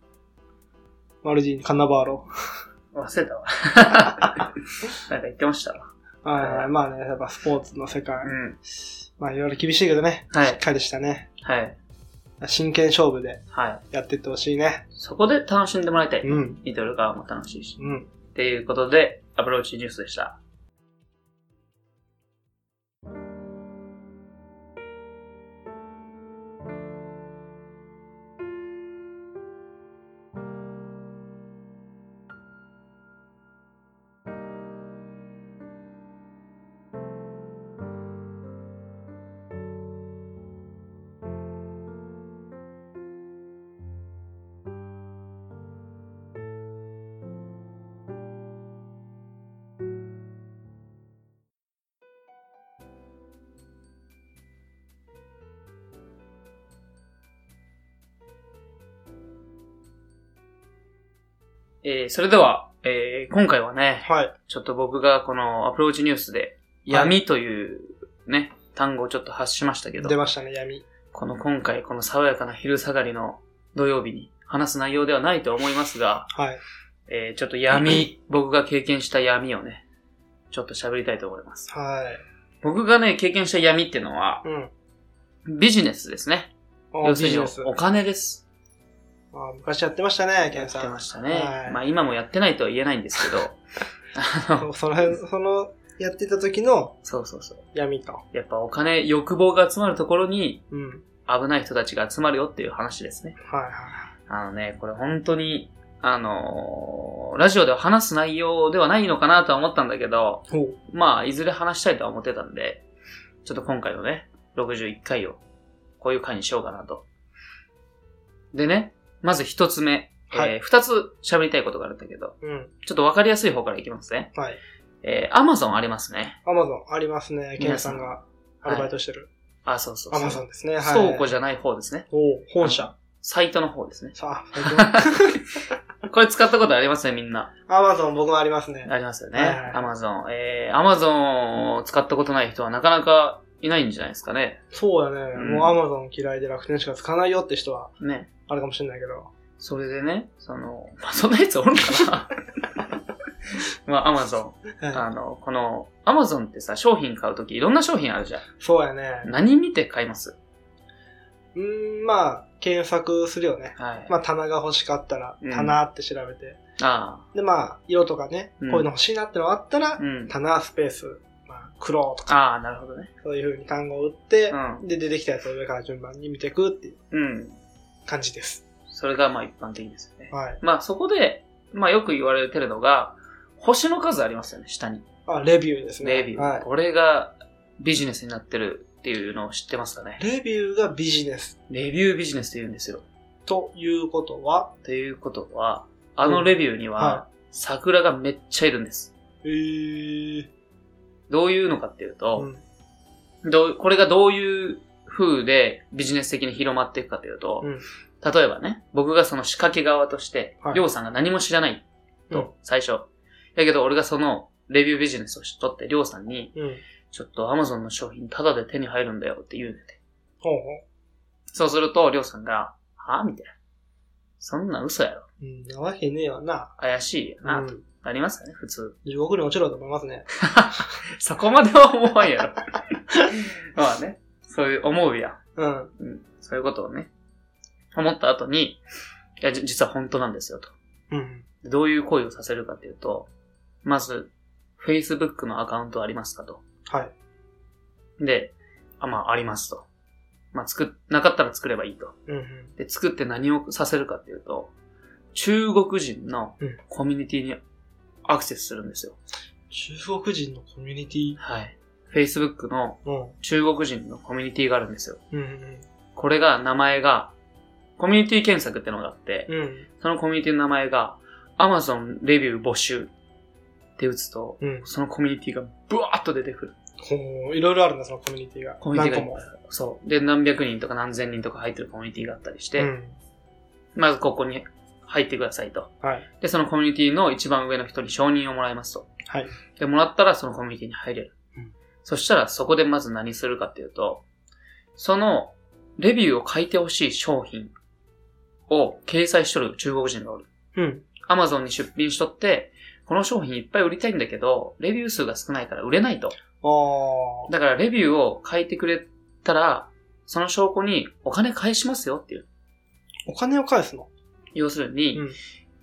S2: マルジーニ、カンナバーロ。
S1: 忘れたわ。 (laughs) なんか言ってましたわ。
S2: はいはい。まあね、やっぱスポーツの世界。
S1: うん。
S2: まあいろいろ厳しいけどね。
S1: はい
S2: しっかりしたね。
S1: はい。
S2: 真剣勝負で
S1: はい。
S2: やってってほしいね。
S1: そこで楽しんでもらいたい。
S2: うん。
S1: 見とる側も楽しいし。
S2: うん。
S1: っていうことで、アプローチニュースでした。えー、それでは、えー、今回はね、
S2: はい。
S1: ちょっと僕がこのアプローチニュースで、闇というね、単語をちょっと発しましたけど
S2: 出、ましたね、闇。
S1: この今回この爽やかな昼下がりの土曜日に話す内容ではないと思いますが、
S2: はい。
S1: えー、ちょっと闇、僕が経験した闇をね、ちょっと喋りたいと思います。
S2: はい。
S1: 僕がね、経験した闇っていうのは、
S2: うん。
S1: ビジネスですね。
S2: あ
S1: 要
S2: ビ
S1: する
S2: ジ
S1: に
S2: ネス。
S1: お金です。
S2: あ昔やってましたね、ケンさん。
S1: やってましたね。
S2: はい
S1: まあ今もやってないとは言えないんですけど。 (laughs) あの
S2: その辺、その、やってた時の
S1: そうそうそう。
S2: 闇と。
S1: やっぱお金、欲望が集まるところに
S2: うん。
S1: 危ない人たちが集まるよっていう話ですね。
S2: はいは
S1: あのね、これ本当に、あのーラジオでは話す内容ではないのかなとは思ったんだけど、
S2: い。ほう。
S1: まあいずれ話したいとは思ってたんで、ちょっと今回のね、61回をこういう回にしようかなと。でね、まず一つ目。
S2: は
S1: えー
S2: い
S1: 二つ喋りたいことがあるんだけど、
S2: うん。
S1: ちょっとわかりやすい方からいきますね。
S2: はい。
S1: えー、アマゾンありますね。
S2: アマゾンありますね。ケンさんが
S1: さん
S2: アルバイトしてる。
S1: あ、そうそうそ
S2: ア
S1: う。
S2: マゾンですね。はい。
S1: 倉庫じゃない方ですね。
S2: おう本社。
S1: サイトの方ですね。
S2: さあ、最近
S1: これ使ったことありますね、みんな。
S2: アマゾン僕もありますね。
S1: ありますよね。
S2: はいはい
S1: アマゾン。えー、アマゾンを使ったことない人はなかなかいないんじゃないですかね。
S2: そうだね。
S1: うん
S2: もうアマゾン嫌いで楽天しか使わないよって人は、
S1: ね。
S2: あるかもしれないけど。
S1: それでね、その、 (laughs) まあ、そんなやつおるかな。 (laughs) まあ、アマゾン。
S2: は
S1: あの、この、アマゾンってさ、商品買うときいろんな商品あるじゃん
S2: い。。そうやね。
S1: 何見て買います
S2: うーん、まあ、検索するよね。
S1: はい。
S2: まあ、棚が欲しかったら
S1: うん、
S2: 棚って調べて。
S1: あ
S2: で、まあ、色とかね、
S1: うん
S2: こういうの欲しいなってのがあったら
S1: あ。、うん。
S2: 棚スペース、まあ、黒とか、
S1: ああ、なるほどね。
S2: そういう風に単語を打って、
S1: う
S2: で、出てきたやつを上から順番に見ていくっていう
S1: うん。
S2: 感じです。
S1: それがまあ一般的ですよね。
S2: はい。
S1: まあそこで、まあよく言われてるのが、星の数ありますよね、下に。
S2: あ、レビューですね。
S1: レビュー。
S2: はい。
S1: これがビジネスになってるっていうのを知ってますかね。
S2: レビューがビジネス
S1: レビュービジネスって言うんですよ。
S2: ということは、
S1: ということは、あのレビューに
S2: うん
S1: は
S2: は
S1: 桜がめっちゃいるんです。
S2: えー、
S1: どういうのかっていう
S2: う
S1: と、
S2: ん。
S1: どうこれがどういう風でビジネス的に広まっていくかというと、
S2: うん
S1: 例えばね、僕がその仕掛け側として、
S2: はい
S1: りょうさんが何も知らないと、
S2: うん
S1: 最初。だけど俺がそのレビュービジネスをしとって、りょうさんに、
S2: うん。
S1: ちょっと Amazon の商品タダで手に入るんだよって言うねて。
S2: ほうほ
S1: そうすると、りょうさんが、はぁみたいな。そんな嘘やろ。
S2: う。うん、なわけねえわな。
S1: 怪しいよ
S2: う
S1: な、と
S2: ん。
S1: なりますかね、普通。
S2: 地獄に落ちろと思いますね。
S1: そこまでは思わんや
S2: (laughs)
S1: ろ。まあね、そういう思うやん。
S2: うん。
S1: うん。そういうことをね、思った後に、いや、じ実は本当なんですよ、と。
S2: うん。
S1: どういう行為をさせるかっていうと、まず、Facebook のアカウントありますかと。
S2: はい。
S1: で、あ、まあ、ありますと。まあ、作っ、なかったら作ればいいと。
S2: うんうん。
S1: で、作って何をさせるかっていうと、中国人の
S2: うん
S1: コミュニティにアクセスするんですよ。
S2: 中国人のコミュニティ。
S1: はい。 Facebook の
S2: うん。
S1: 中国人のコミュニティがあるんですよ。
S2: うん。うん
S1: これが、名前が、コミュニティ検索ってのがあって、
S2: うん。
S1: そのコミュニティの名前が、Amazon レビュー募集って打つと、
S2: うん。
S1: そのコミュニティがブワーッと出てくる。
S2: ほう、いろいろあるんだ、そのコミュニティが。
S1: コミュニティが
S2: 何個も。
S1: そう。で、何百人とか何千人とか入ってるコミュニティがあったりして、
S2: うん。
S1: まずここに入ってくださいと。
S2: はい。
S1: で、そのコミュニティの一番上の人に承認をもらいますと。
S2: はい。
S1: で、もらったらそのコミュニティに入れる。
S2: うん
S1: そしたらそこでまず何するかっていうと、そのレビューを書いてほしい商品を掲載しとる中国人がおる。
S2: うん。
S1: Amazon に出品しとって、この商品いっぱい売りたいんだけど、レビュー数が少ないから売れないと。
S2: あー。
S1: だからレビューを書いてくれたら、その証拠にお金返しますよっていう。
S2: お金を返すの
S1: 要するに、
S2: うん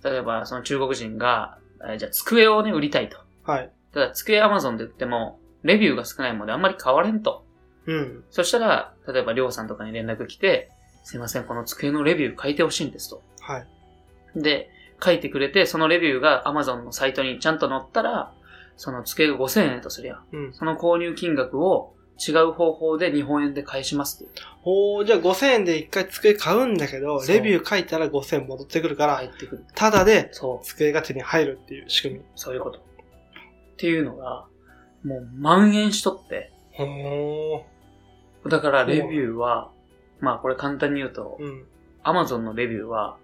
S1: 例えばその中国人が、えーじゃあ机をね、売りたいと。
S2: はい。
S1: ただ机 Amazon で売っても、レビューが少ないものであんまり変われんと。
S2: うん。
S1: そしたら、例えばりょうさんとかに連絡来て、すいません、この机のレビュー書いてほしいんですと。
S2: はい。
S1: で、書いてくれて、そのレビューが Amazon のサイトにちゃんと載ったら、その机が5000円とすりゃ、
S2: うん。
S1: その購入金額を違う方法で日本円で返しますっていう。
S2: ほう、じゃあ5000円で一回机買うんだけど、
S1: そう
S2: レビュー書いたら5000円戻ってくるから、
S1: 入ってくる。
S2: ただで
S1: そう、
S2: 机が手に入るっていう仕組み。
S1: そういうこと。っていうのが、もう蔓延しとって、
S2: ほ
S1: だからレビューは、まあこれ簡単に言うと
S2: ー。、うん。
S1: Amazon のレビューは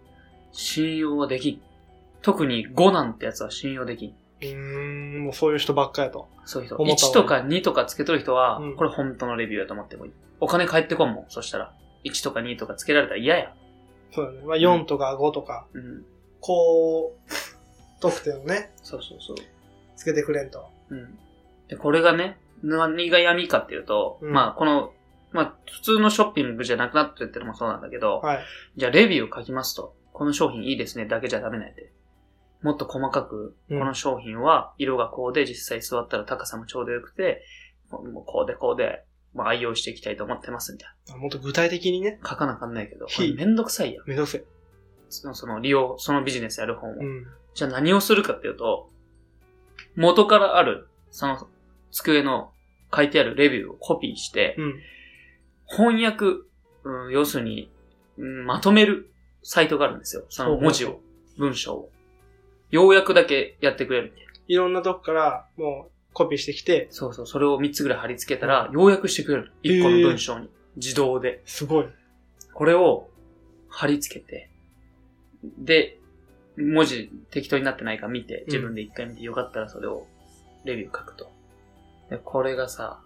S1: 信用はできん。特に5なんてやつは信用できん。
S2: うーん、もうそういう人ばっかやと。
S1: そういう人。
S2: 思った
S1: 1とか2とかつけとる人は、
S2: うん
S1: これ本当のレビューだと思ってもいい。お金返ってこんもん、そしたら。1とか2とかつけられたら嫌や。
S2: そうだね。まあ4とか5とか、
S1: うん。
S2: 高得点をね、
S1: そうそうそう。
S2: つけてくれんと。
S1: うん。で、これがね、何が闇かっていうと、
S2: うん
S1: まあこの、まあ普通のショッピングじゃなくなってるってのもそうなんだけど、
S2: はい。
S1: じゃあレビューを書きますと、この商品いいですねだけじゃダメなんやて。もっと細かく、
S2: うん
S1: この商品は色がこうで、実際座ったら高さもちょうどよくて、もうこうでこうで、まあ、愛用していきたいと思ってますみたい
S2: もっと具体的にね、
S1: な。書かなあかんないけど、こ
S2: ひ
S1: れめんどくさいやん。
S2: 目指せ。
S1: そのその利用、そのビジネスやる方も。
S2: うん。
S1: じゃあ何をするかっていうと、元からある、その机の書いてあるレビューをコピーして、
S2: うん。
S1: 翻訳、うん、要するに、うんまとめるサイトがあるんですよ。その文字
S2: ほう
S1: を、文章を。要約だけやってくれるみたいな。
S2: いろんなとこから、もう、コピーしてきて、
S1: そうそう、それを3つぐらい貼り付けたら、要約してくれる。1個の文章に。自動で。
S2: すごい。
S1: これを貼り付けて、で、文字適当になってないか見て、自分で一回見て、よかったらそれをレビュー書くと。で、これがさ、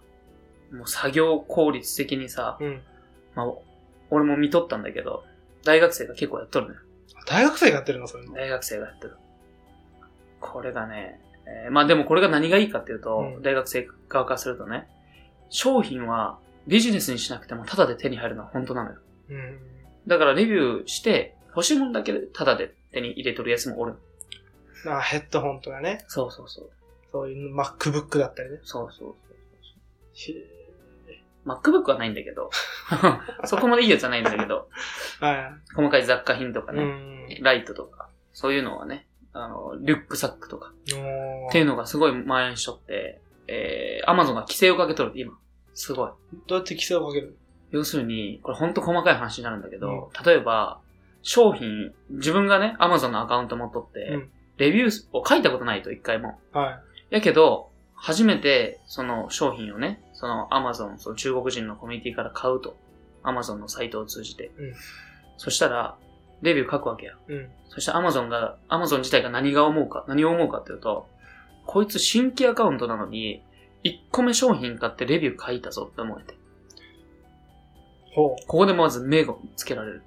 S1: もう作業効率的にさ、
S2: うん。
S1: まあ、俺も見とったんだけど、大学生が結構やっとるのよ。
S2: 大学生がやってるの、それの。
S1: 大学生がやってる。これがね、えーまあでもこれが何がいいかっていうと、
S2: うん
S1: 大学生側からするとね、商品はビジネスにしなくてもタダで手に入るのは本当なのよ。
S2: うん。
S1: だからレビューして、欲しいもんだけタダで手に入れとるやつもおる。
S2: あヘッドホンとかね、
S1: そうそうそう。
S2: そういう MacBook だったりね。
S1: そうそう
S2: し
S1: そう。MacBook はないんだけど、 (laughs) そこまでいいやつはないんだけど、
S2: は
S1: 細かい雑貨品とか
S2: い。う
S1: ね、
S2: ん。
S1: ライトとか、そういうのはね、あの、リュックサックとか、
S2: お
S1: っていう
S2: ー
S1: のがすごい蔓延しとって、えー、Amazon が規制をかけとる、今。すごい。
S2: どうやって規制をかける
S1: 要するに、これほんと細かい話になるんだけど、
S2: う
S1: 例えば、商品、自分がね、Amazon のアカウント持っとって、
S2: うん
S1: レビューを書いたことないと、一回も。
S2: は
S1: やけど、初めて、その商品をね、その Amazon、その中国人のコミュニティから買うと。Amazon のサイトを通じて。
S2: うん
S1: そしたら、レビュー書くわけや。
S2: い。うん。
S1: そして Amazon が、Amazon 自体が何が思うか、何を思うかっていうと、こいつ新規アカウントなのに、1個目商品買ってレビュー書いたぞって思えて。
S2: ほ
S1: ここでまず目をつけられる。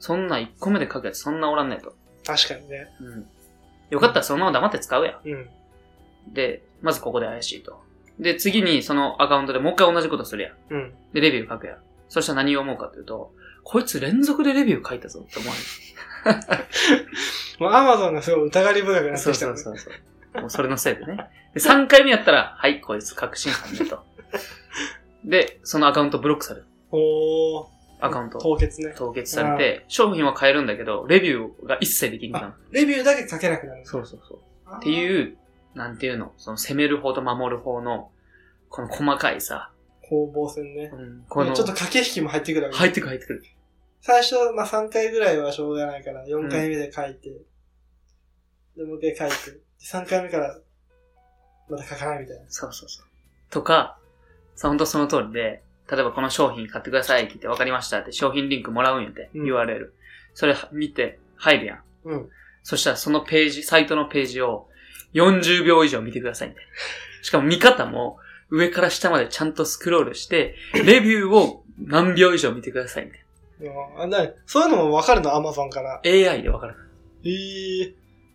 S1: そんな1個目で書くやつそんなおらんねえと。
S2: う。確かにね。
S1: うん。よかったらそのまま黙って使うや。
S2: うん。
S1: で、まずここで怪しいと。で、次にそのアカウントでもう一回同じことするや。
S2: うん。
S1: で、レビュー書くや。そしたら何を思うかっていうと、こいつ連続でレビュー書いたぞって思われる。
S2: もう Amazon がすごい疑り深くなっ
S1: そ
S2: て
S1: う
S2: きた
S1: そ
S2: の
S1: う
S2: ね。
S1: そうそう。もうそれのせいでね。で、3回目やったら、はい、こいつ確信犯ねと。で、そのアカウントブロックされる。
S2: おー。
S1: アカウント
S2: 凍結ね。
S1: 凍結されて、商品は買えるんだけど、レビューが一切できんくなる。
S2: レビューだけ書けなくなる。
S1: そうそうそう。
S2: っ
S1: って
S2: う。
S1: いう、なんていうの、その攻める方と守る方のこの細かいさ、
S2: 攻防戦ね
S1: う。ん、
S2: ちょ
S1: こ
S2: っ
S1: の、
S2: と駆け引きも入ってくるわけ。
S1: 入ってくる入ってくる。
S2: 最初、まあ3回ぐらいはしょうがないから、4回目で書いて、で、もう一回書いて、3回目から、また書かないみたいな。
S1: そうそうそう。とか、さ、ほんとその通りで、例えばこの商品買ってくださいって言って分かりましたって商品リンクもらうんやって、
S2: うん
S1: URL。それ見て入るやん。
S2: うん。
S1: そしたらそのページ、サイトのページを40秒以上見てくださいみたいな。しかも見方も上から下までちゃんとスクロールして、レビューを何秒以上見てくださいみた
S2: でもあなそういうのもわかるの、アマゾンから。
S1: いな。AI でわかる。
S2: ええー、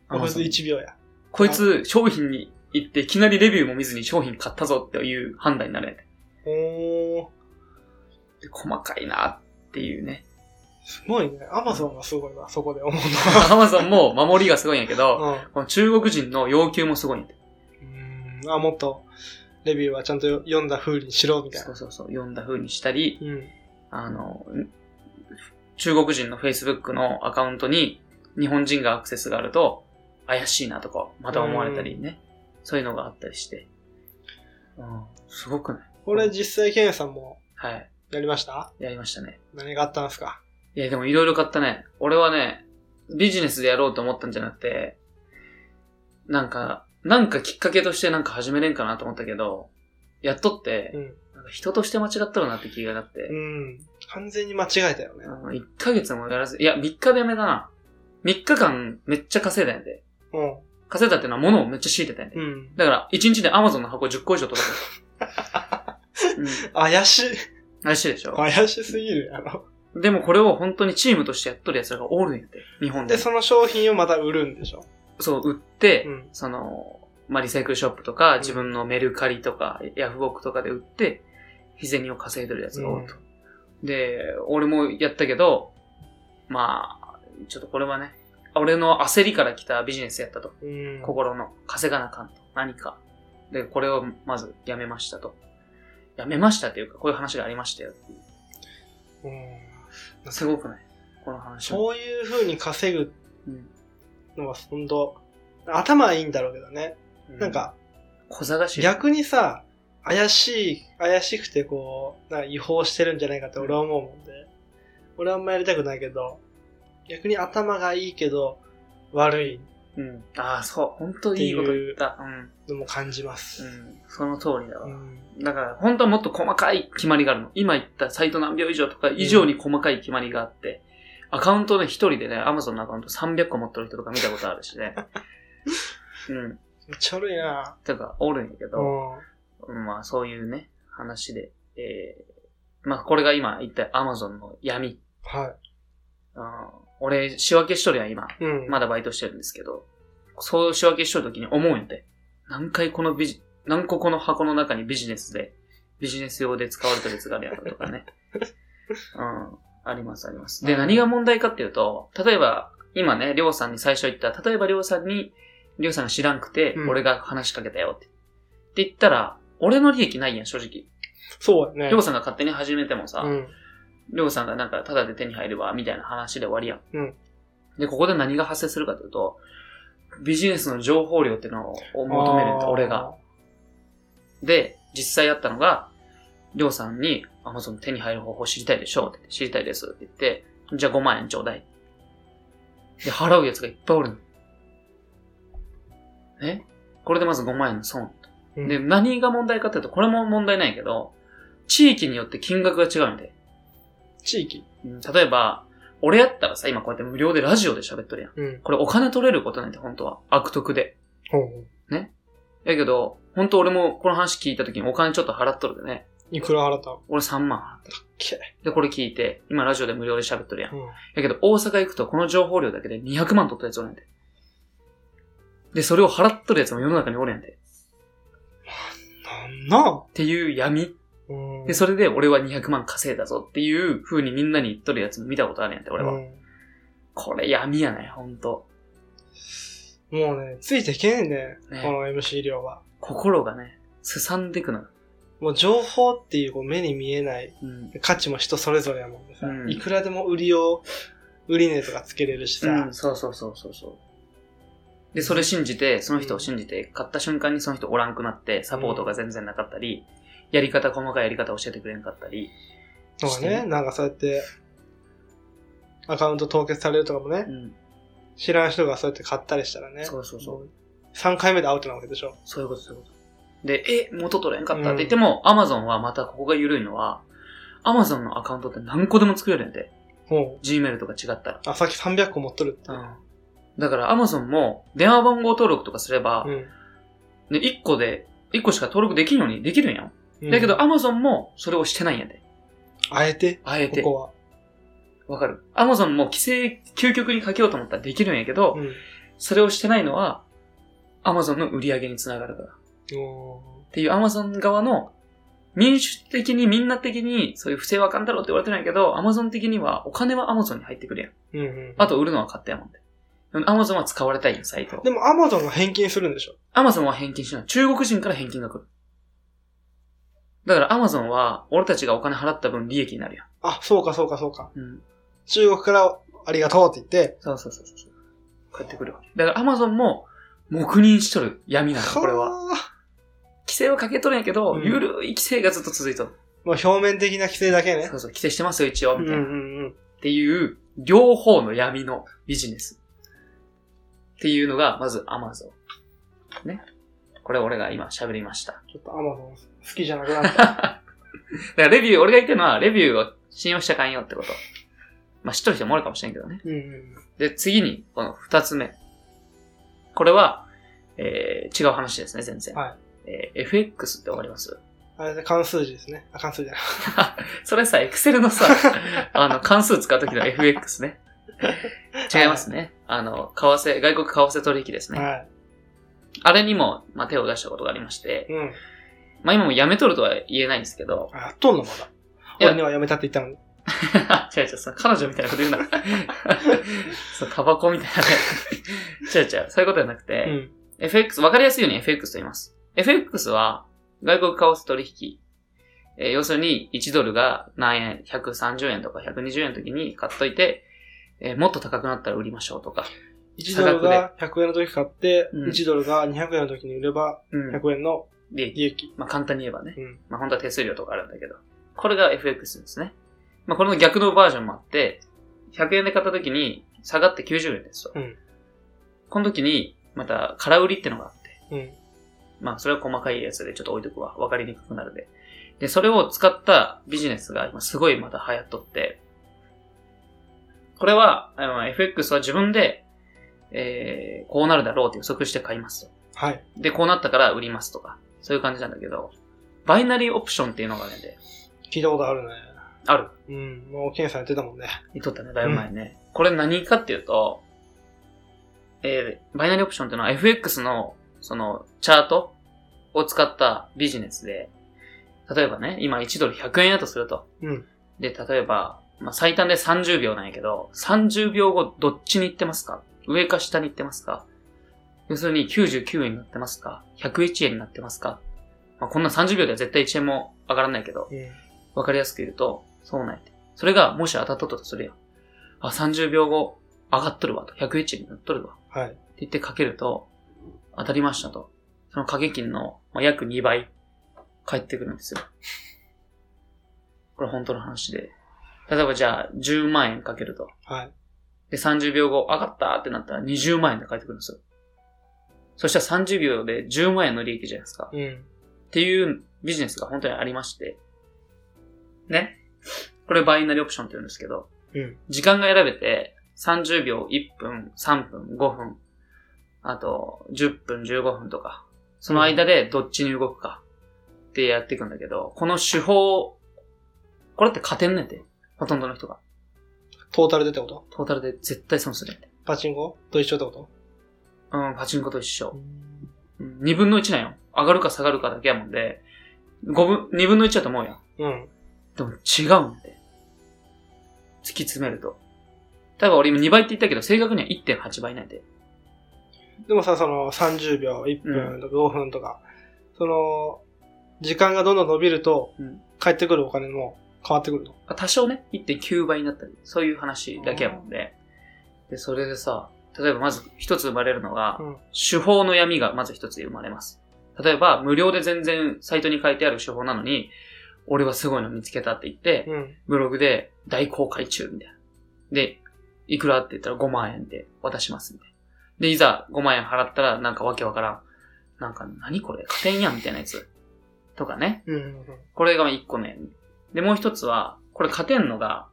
S1: Amazon
S2: まず1秒や。
S1: こいつ商品に行っていきなりレビューも見ずに商品買ったぞっていう判断になるやん
S2: おー、
S1: で細かいなっていうね。
S2: すごいね。アマゾンがすごいな、そこで思う
S1: アマゾンも守りがすごいんやけど、
S2: のは。
S1: この中国人の要求もすごいんだよ。
S2: うん。うん。あ、もっと、レビューはちゃんと読んだ風にしろ、みたい
S1: そ
S2: な。
S1: うそうそう、読んだ風にしたり、
S2: うん。
S1: あの、ん中国人の Facebook のアカウントに日本人がアクセスがあると怪しいなとか、また思われたりね。そういうのがあったりして。うん、すごくない
S2: これ実際、ケンさんも
S1: はい。
S2: やりました
S1: やりましたね。
S2: 何があったんですか
S1: いや、でもいろいろ買ったね。俺はね、ビジネスでやろうと思ったんじゃなくて、なんか、なんかきっかけとしてなんか始めれんかなと思ったけど、やっとって、
S2: うん。
S1: なんか人として間違ったろうなって気がなって。
S2: うん。完全に間違えたよね。
S1: あの1ヶ月もやらず、いや、3日でやめたな。3日間めっちゃ稼いだんやで。
S2: うん。
S1: 稼いだっていうのは物をめっちゃ仕入れたんやで。
S2: うん。
S1: だから、1日で Amazon の箱10個以上届
S2: (laughs)
S1: く。うん。
S2: 怪しい。
S1: 怪しいでしょ。
S2: 怪しすぎるやろ。
S1: でもこれを本当にチームとしてやっとる奴らがおるんやで。日本で。
S2: で、その商品をまた売るんでしょ。
S1: そう、売って、
S2: うん。
S1: その、まあ、リサイクルショップとか、
S2: ん
S1: 自分のメルカリとか、ヤフオクとかで売って、日銭を稼いでるやつが多いと。で、俺もやったけど、まあ、ちょっとこれはね、俺の焦りから来たビジネスやったと。
S2: うん。
S1: 心の稼がなあかんと。何か。で、これをまずやめましたと。やめましたっていうか、こういう話がありましたよっていう。
S2: うん。
S1: すごくないこの話は。
S2: そういう風に稼ぐ
S1: うん
S2: のは本当頭はいいんだろうけどね。なん、か、
S1: 小探し。
S2: 逆にさ、怪しい、怪しくてこう、なんか違法してるんじゃないかって俺は思うもんで。俺はあんまやりたくないけど、逆に頭がいいけど、悪い
S1: うん。ああ、そう。本当いいこと言った。うん。
S2: のも感じます。
S1: うん、その通りだわ。
S2: うん
S1: だから、本当はもっと細かい決まりがあるの。今言ったサイト何秒以上とか以上に細かい決まりがあって、アカウントね、一人でね、アマゾンのアカウント300個持ってる人とか見たことあるしね。うん。
S2: めっちゃ悪いな
S1: てか、おるんやけ
S2: う
S1: ど、
S2: ん。
S1: まあ、そういうね、話で。えー、まあ、これが今言ったアマゾンの闇。
S2: は
S1: あー俺、仕分けしとるやん、今。
S2: い。うん。
S1: まだバイトしてるんですけど、そう仕分けしとるときに思うんやて。何回このビジ、何個この箱の中にビジネスで、ビジネス用で使われたやつがあるやろとか
S2: (laughs)
S1: ね。うん。ありますあります。で、
S2: うん
S1: 何が問題かっていうと、例えば、今ね、りょうさんに最初言った、例えばりょうさんに、りょうさんが知らんくて、
S2: うん
S1: 俺が話しかけたよって。って言ったら、俺の利益ないやん、正直。
S2: そうやね。
S1: りょうさんが勝手に始めてもさ、
S2: うん。
S1: りょうさんがなんか、ただで手に入れば、みたいな話で終わりやん。
S2: うん
S1: で、ここで何が発生するかというと、ビジネスの情報量っていうのを求めるんだ、俺が。。で、実際やったのが、りょうさんに Amazon 手に入る方法知りたいでしょうって知りたいですって言って、じゃあ5万円ちょうだい。で、払うやつがいっぱいおるの。えこれでまず5万円の損。
S2: うん
S1: で、何が問題かっていうと、これも問題ないけど、地域によって金額が違うんで。
S2: 地域。
S1: うん例えば、俺やったらさ、今こうやって無料でラジオで喋っとるやん。
S2: うん。
S1: これお金取れることなんて本当は。悪徳で。
S2: ほうほう
S1: やけど、本当俺もこの話聞いた時にお金ちょっと払っとるでね。
S2: いくら払った
S1: 俺3万払っ
S2: け
S1: た。で、これ聞いて、今ラジオで無料で喋っとるやん。
S2: うん。
S1: やけど、大阪行くとこの情報量だけで200万取ったやつおるんやで。で、それを払っとるやつも世の中におるんやで。
S2: なんな
S1: っていう闇。
S2: うん。
S1: で、それで俺は200万稼いだぞっていう風にみんなに言っとるやつも見たことあるんやんて、俺は。
S2: うん
S1: これ闇やね、ほんと。
S2: もうね、ついていけねえね
S1: ね
S2: この MC 量は。
S1: 心がね、すさんでくのよ。
S2: もう情報っていうこう目に見えない
S1: うん。
S2: 価値も人それぞれやもんでさ、
S1: うん
S2: いくらでも売りを、売り値とかつけれるしさ、
S1: うん、そうそうそうそうそう。で、それ信じて、その人を信じて、買った瞬間にその人おらんくなって、サポートが全然なかったり、やり方、細かいやり方教えてくれんかったり。
S2: とかね、なんかそうやって、アカウント凍結されるとかもね
S1: う、ん。
S2: 知らん人がそうやって買ったりしたらね、
S1: そうそうそう。
S2: 3回目でアウトなわけでしょ。
S1: そういうこと、そういうこと。で、え、元取れんかったって言っても、アマゾンはまたここが緩いのは、アマゾンのアカウントって何個でも作れるんやで。
S2: も
S1: Gmail とか違ったら。
S2: う、あ、さっき300個持っとるって。
S1: うん。だからアマゾンも電話番号登録とかすれば、
S2: うん
S1: ね、1個で、1個しか登録できんようにできるんやん。
S2: うん。
S1: だけど、アマゾンもそれをしてないんやで。
S2: あえて、
S1: あえ
S2: こ
S1: て。
S2: こ
S1: わかる。アマゾンも規制、究極にかけようと思ったらできるんやけど、
S2: は。うん。
S1: それをしてないのは、アマゾンの売り上げにつながるから。っ
S2: お
S1: ていうアマゾン側の、民主的に、みんな的に、そういう不正はあかんだろうって言われてないけど、アマゾン的には、お金はアマゾンに入ってくるやん。
S2: ーうんうん。
S1: あと、売るのは勝手やもんで。アマゾンは使われたいよ、サイトを
S2: で。も、アマゾンが返金するんでしょ。
S1: アマゾンは返金しない。中国人から返金が来る。だからアマゾンは、俺たちがお金払った分利益になるや
S2: あ、そうかそうかそうか。
S1: ん。うん。
S2: 中国からありがとうって言って、
S1: そうそうそうそう。帰ってくるわけ。だからアマゾンも、黙認しとる闇なの、これは。
S2: はあ。
S1: 規制はかけとるんやけど、
S2: うん
S1: ゆるい規制がずっと続いとる。
S2: まあ、表面的な規制だけね
S1: そう。そう、規制してますよ、一応、
S2: うん
S1: み
S2: う
S1: たいな。っ
S2: んうん。
S1: ていう、両方の闇のビジネス。っていうのが、まずアマゾン。ね。これ俺が今喋りました。
S2: ちょっとアマゾン好きじゃなく
S1: (laughs)
S2: なっ
S1: だ
S2: た。
S1: からレビュー、俺が言ってるのは、レビューを信用しちゃあかんよってこと。まあ、知っとる人もおるかもしれんけどね。
S2: うんうん。
S1: で、次に、この二つ目。これは、えー、違う話ですね、全然。。
S2: はい
S1: えー、FX ってわかります
S2: あれで関数字ですね。あ、関数字じゃない。
S1: それさ、Excel の
S2: (laughs)
S1: さ、あの、関数使うときの FX ね。違いますね。あの、為替、外国為替取引ですね。
S2: はい。
S1: あれにも、まあ、手を出したことがありまして、
S2: うん。
S1: まあ、今もやめとるとは言えないんですけど、 (laughs)
S2: あ、やっとんのまだ。
S1: いや
S2: 俺にはやめたって言ったのに。
S1: 違う違う、その彼女みたいなこと
S2: (laughs)
S1: 言うな。そう、タバコみたいなね。違う違う、そういうことじゃなくて、
S2: うん。
S1: FX、わかりやすいように FX と言います。FX は、外国為替取引。えー要するに、1ドルが何円、130円とか120円の時に買っといて、えーもっと高くなったら売りましょうとか。
S2: 1ドルが100円の時買って、
S1: うん
S2: 1ドルが200円の時に売れば、
S1: うん。
S2: 100円の
S1: 利益。
S2: 利益。
S1: まあ簡単に言えばね。
S2: うん
S1: まあ本当は手数料とかあるんだけど。これが FX ですね。まあこれの逆のバージョンもあって、100円で買った時に下がって90円ですと。
S2: うん
S1: この時に、また空売りってのがあって、
S2: うん。
S1: まあ、それは細かいやつでちょっと置いとくわ。わかりにくくなるで。で、それを使ったビジネスが今すごいまた流行っとって、これは、あの FX は自分で、えー、こうなるだろうって予測して買いますと。
S2: はい。
S1: で、こうなったから売りますとか、そういう感じなんだけど、バイナリーオプションっていうのがあるんで、
S2: 聞いたことあるね。
S1: ある。
S2: うん。もう、ケンさんやってたもんね。
S1: 言っとったね、だいぶ前ね。これ何かっていうと、えー、バイナリーオプションっていうのは FX の、その、チャートを使ったビジネスで、例えばね、今1ドル100円やとすると。
S2: うん
S1: で、例えば、まあ、最短で30秒なんやけど、30秒後どっちに行ってますか上か下に行ってますか要するに99円になってますか ?101 円になってますかまあ、こんな30秒では絶対1円も上がらないけど、
S2: うん。
S1: わかりやすく言うと、そうなんやて。それがもし当たっとったとするやん。あ、30秒後、上がっとるわと。101円になっとるわ。って
S2: はい。
S1: 言ってかけると、当たりましたと。その掛け金の、まあ、約2倍、返ってくるんですよ。これ本当の話で。例えばじゃあ、10万円かけると。
S2: はい。
S1: で、30秒後、上がったってなったら20万円で返ってくるんですよ。そしたら30秒で10万円の利益じゃないですか。
S2: うん。
S1: っていうビジネスが本当にありまして、ね。これバイナリーオプションって言うんですけど、
S2: うん。
S1: 時間が選べて、30秒、1分、3分、5分、あと、10分、15分とか、その間でどっちに動くかってやっていくんだけど、この手法、これって勝てんねんて。ほとんどの人が。
S2: トータルでってこと
S1: トータルで絶対損するんやて。
S2: パチンコと一緒ってこ
S1: うん、パチンコと一緒
S2: と。
S1: うん2分の1なんよ。上がるか下がるかだけやもんで、5分、2分の1だと思うやん。
S2: うん。
S1: でも違うんで。突き詰めると。例えば俺今2倍って言ったけど、正確には1.8倍なんで。
S2: でもさ、その30秒、1分とか5分とか、その、時間がどんどん伸びると、
S1: うん
S2: 返ってくるお金も変わってくると。
S1: まあ多少ね、1.9倍になったり、そういう話だけやもんで。で、それでさ、例えばまず一つ生まれるのが、
S2: うん
S1: 手法の闇がまず一つ生まれます。例えば、無料で全然サイトに書いてある手法なのに、俺はすごいの見つけたって言って、
S2: うん。
S1: ブログで大公開中みたいな。で、いくらって言ったら5万円で渡しますみたいな。で、いざ5万円払ったらなんかわけわからん。なんか何これ加点やんみたいなやつ。とかね。
S2: うんうんうん。
S1: これが1個ね。で、もう一つは、これ加点のが、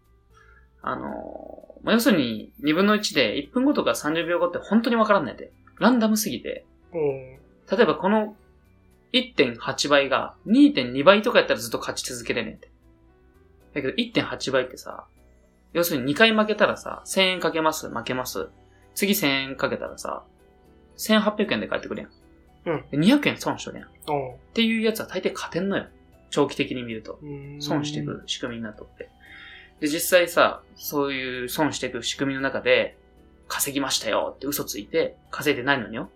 S1: あのーまあ、要するに2分の1で1分後とか30秒後って本当にわからんねんて。ランダムすぎて。
S2: うん。
S1: 例えばこの1.8倍が2.2倍とかやったらずっと勝ち続けれねんて。だけど1.8倍ってさ、要するに2回負けたらさ、1000円かけます、負けます。次1000円かけたらさ、1800円で返ってくるやん。うん。200円損しとるやん。っていうやつは大抵勝てんのよ。長期的に見ると。
S2: うん。
S1: 損していく仕組みになっとって。で、実際さ、そういう損していく仕組みの中で、稼ぎましたよって嘘ついて、稼いでないのによ。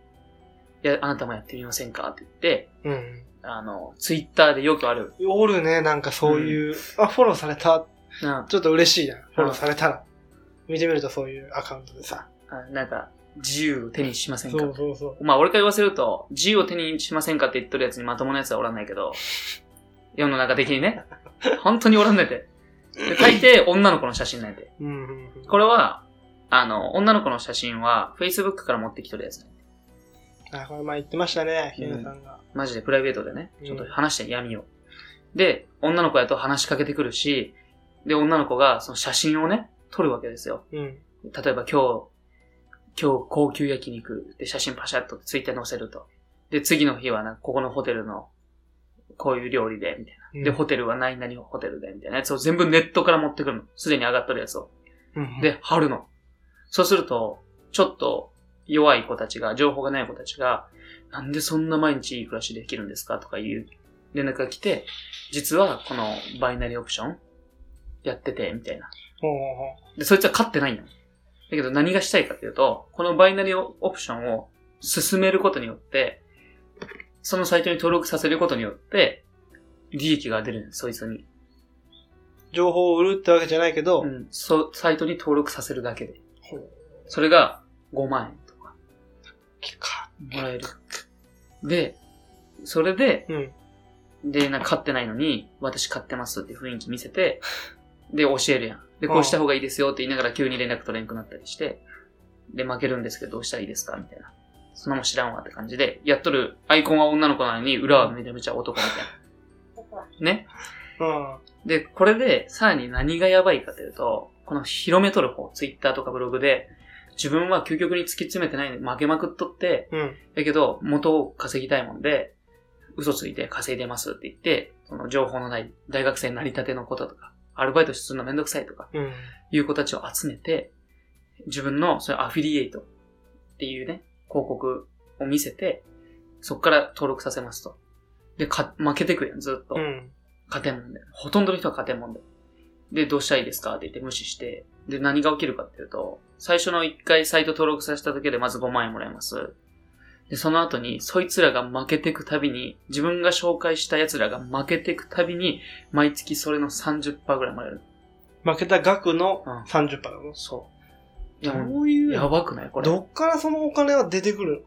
S1: いや、あなたもやってみませんかって言って、
S2: うん。
S1: あの、ツイッターでよくある。
S2: おるね、なんかそういう、あ、フォローされた。
S1: な
S2: ちょっと嬉しいな。フォローされたら。見てみるとそういうアカウントでさ。
S1: あなんか、自由を手にしませんか
S2: そうそうそう。
S1: まあ、俺から言わせると、自由を手にしませんかって言っとるやつにまともなやつはおらんないけど、世の中的にね。本当におらんねんて。で、大抵女の子の写真なんやて。
S2: うんうんうん。
S1: これは、あの、女の子の写真は、Facebook から持ってきとるやつね。
S2: あ、これ前言ってましたね、ひなさんが。
S1: マジでプライベートでね
S2: う、ん
S1: ちょっと話して闇を。で、女の子やと話しかけてくるし、で、女の子がその写真をね、撮るわけですよ。
S2: うん。
S1: 例えば今日、今日高級焼肉で写真パシャッとツイッターに載せると。で、次の日はな、ここのホテルの、こういう料理で、みたいな。で、ホテルは何々ホテルで、みたいなやつを全部ネットから持ってくるの。すでに上がっとるやつを。
S2: うん、
S1: で、貼るの。そうすると、ちょっと弱い子たちが、情報がない子たちが、なんでそんな毎日いい暮らしできるんですかとかいう連絡が来て、実はこのバイナリーオプションやってて、みたいな。
S2: ほう
S1: で、そいつは勝ってないの。だけど何がしたいかっていうと、このバイナリーオプションを進めることによって、そのサイトに登録させることによって、利益が出るの、そいつに。
S2: 情報を売るってわけじゃないけど、
S1: うん、そ、サイトに登録させるだけで
S2: ほう。
S1: それが5万円とか。
S2: きか。
S1: もらえる。で、それで、
S2: うん。
S1: で、なんか買ってないのに、私買ってますって雰囲気見せて、で、教えるやん。で、こうした方がいいですよって言いながら急に連絡取れんくなったりして、で、負けるんですけどどうしたらいいですかみたいな。そんなもん知らんわって感じで、やっとるアイコンは女の子なのに、裏はめちゃめちゃ男みたいな。ね。
S2: うん。
S1: で、これで、さらに何がやばいかというと、この広めとる方、ツイッターとかブログで、自分は究極に突き詰めてないのに負けまくっとって、
S2: うん。
S1: だけど、元を稼ぎたいもんで、嘘ついて稼いでますって言って、その情報のない大学生になりたてのこととか、アルバイトするのめんどくさいとか、
S2: うん。
S1: いう子たちを集めて、自分のそういうアフィリエイトっていうね、広告を見せて、そこから登録させますと。で、か、負けてくやん、ずっと。
S2: うん。
S1: 勝てんもんで。ほとんどの人は勝てんもんで。で、どうしたらいいですかって言って無視して。で、何が起きるかっていうと、最初の1回サイト登録させただけでまず5万円もらえます。で、その後に、そいつらが負けてくたびに、自分が紹介した奴らが負けてくたびに、毎月それの30%ぐらいもらえる。
S2: 負けた額の
S1: うん
S2: 30%だもん。
S1: そう。いや、も
S2: ういう
S1: やばくないこれ。
S2: どっからそのお金は出てくる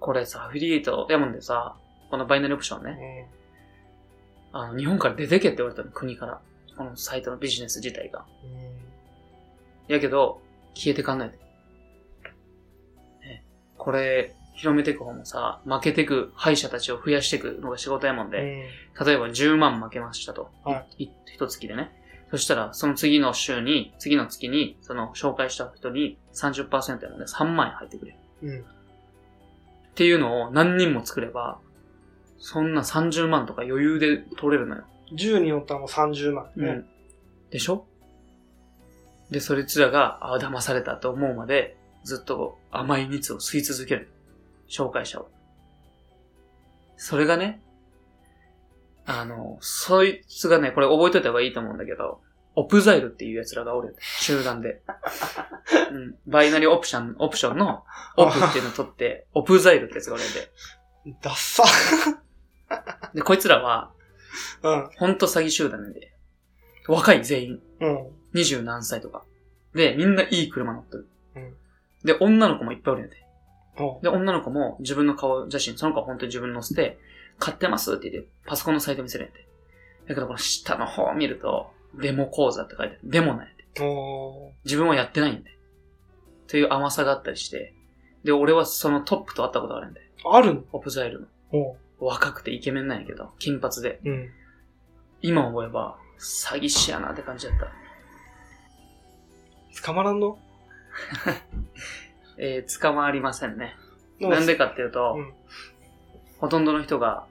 S1: これさ、アフィリエイトやもんでさ、このバイナリーオプション
S2: の
S1: ね、あの、日本から出てけって言われたの、国から。このサイトのビジネス自体が。
S2: うん。
S1: やけど、消えてかんないで。ね、これ、広めていく方もさ、負けてく敗者たちを増やしていくのが仕事やもん
S2: う
S1: で、
S2: ん。
S1: 例えば10万負けましたと。。
S2: はい
S1: 一月でね。そしたら、その次の週に、次の月に、その紹介した人に30%やもんで、3万円入ってくれる。
S2: うん。
S1: っていうのを何人も作れば、そんな30万とか余裕で取れるのよ。
S2: 10人おったらもう30万
S1: う
S2: ね。
S1: ん。でしょで、そいつらが、ああ、騙されたと思うまで、ずっと甘い蜜を吸い続ける。紹介者を。それがね、あの、そいつがね、これ覚えといた方がいいと思うんだけど、オプザイルっていう奴らがおる。集団 (laughs) で。うん。バイナリーオプション、オプションの、オプっていうのを取って、オプザイルってやつがおるんで。
S2: ダッサ。 (laughs)
S1: で、こいつらは、
S2: うん。
S1: ほんと詐欺集団なんで。若い全員。
S2: うん。
S1: 二十何歳とか。で、みんないい車乗ってる。
S2: うん
S1: で、女の子もいっぱいおるんやで。
S2: ほう
S1: で、女の子も自分の顔写真、その子は本当に自分載せて、買ってますって言って、パソコンのサイト見せるんやて。だけどこの下の方を見ると、デモ講座って書いてある。デモなんやて。
S2: お
S1: 自分はやってないんで。という甘さがあったりして。で、俺はそのトップと会ったことがあるんで。
S2: ーあるの
S1: オプザイルの。
S2: ほ
S1: 若くてイケメンなんやけど、金髪で。
S2: う。うん。
S1: 今思えば、詐欺師やなって感じだった。
S2: 捕まらんの
S1: えー、捕まりませんね。
S2: でも
S1: なんでかっていうと、
S2: うん
S1: ほとんどの人が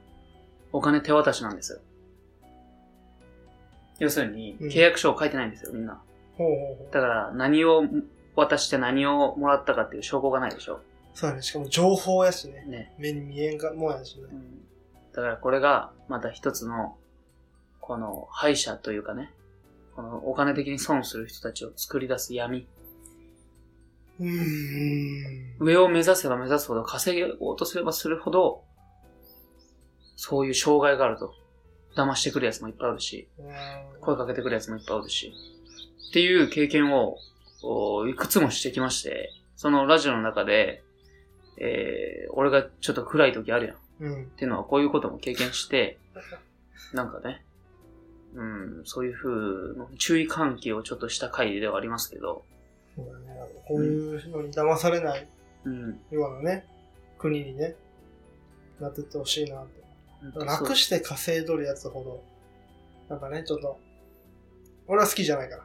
S1: お金手渡しなんですよ。要するに、
S2: うん
S1: 契約書を書いてないんですよ、みんな。
S2: ほうほうほう。
S1: だから、何を渡して何をもらったかっていう証拠がないでしょ。
S2: そうだね。しかも情報やしね。
S1: ね。
S2: 目に見えんかもんやしね。
S1: だから、これが、また一つの、この、敗者というかね、この、お金的に損する人たちを作り出す闇。
S2: うーん。
S1: 上を目指せば目指すほど、稼げようとすればするほど、そういう障害があると。騙してくるやつもいっぱいあるし、声かけてくるやつもいっぱいおるし。っていう経験を、おいくつもしてきまして、そのラジオの中で、えー、俺がちょっと暗い時あるやん。っ
S2: うん。
S1: ていうのはこういうことも経験して、なんかね、うん、そういう風の注意喚起をちょっとした回ではありますけど、
S2: そうだね。こういうのに騙されない
S1: うん。
S2: ようなね、国にね、なってってほしいなって。楽
S1: し
S2: して稼いどるやつほど、なんかね、ちょっと、俺は好きじゃないから。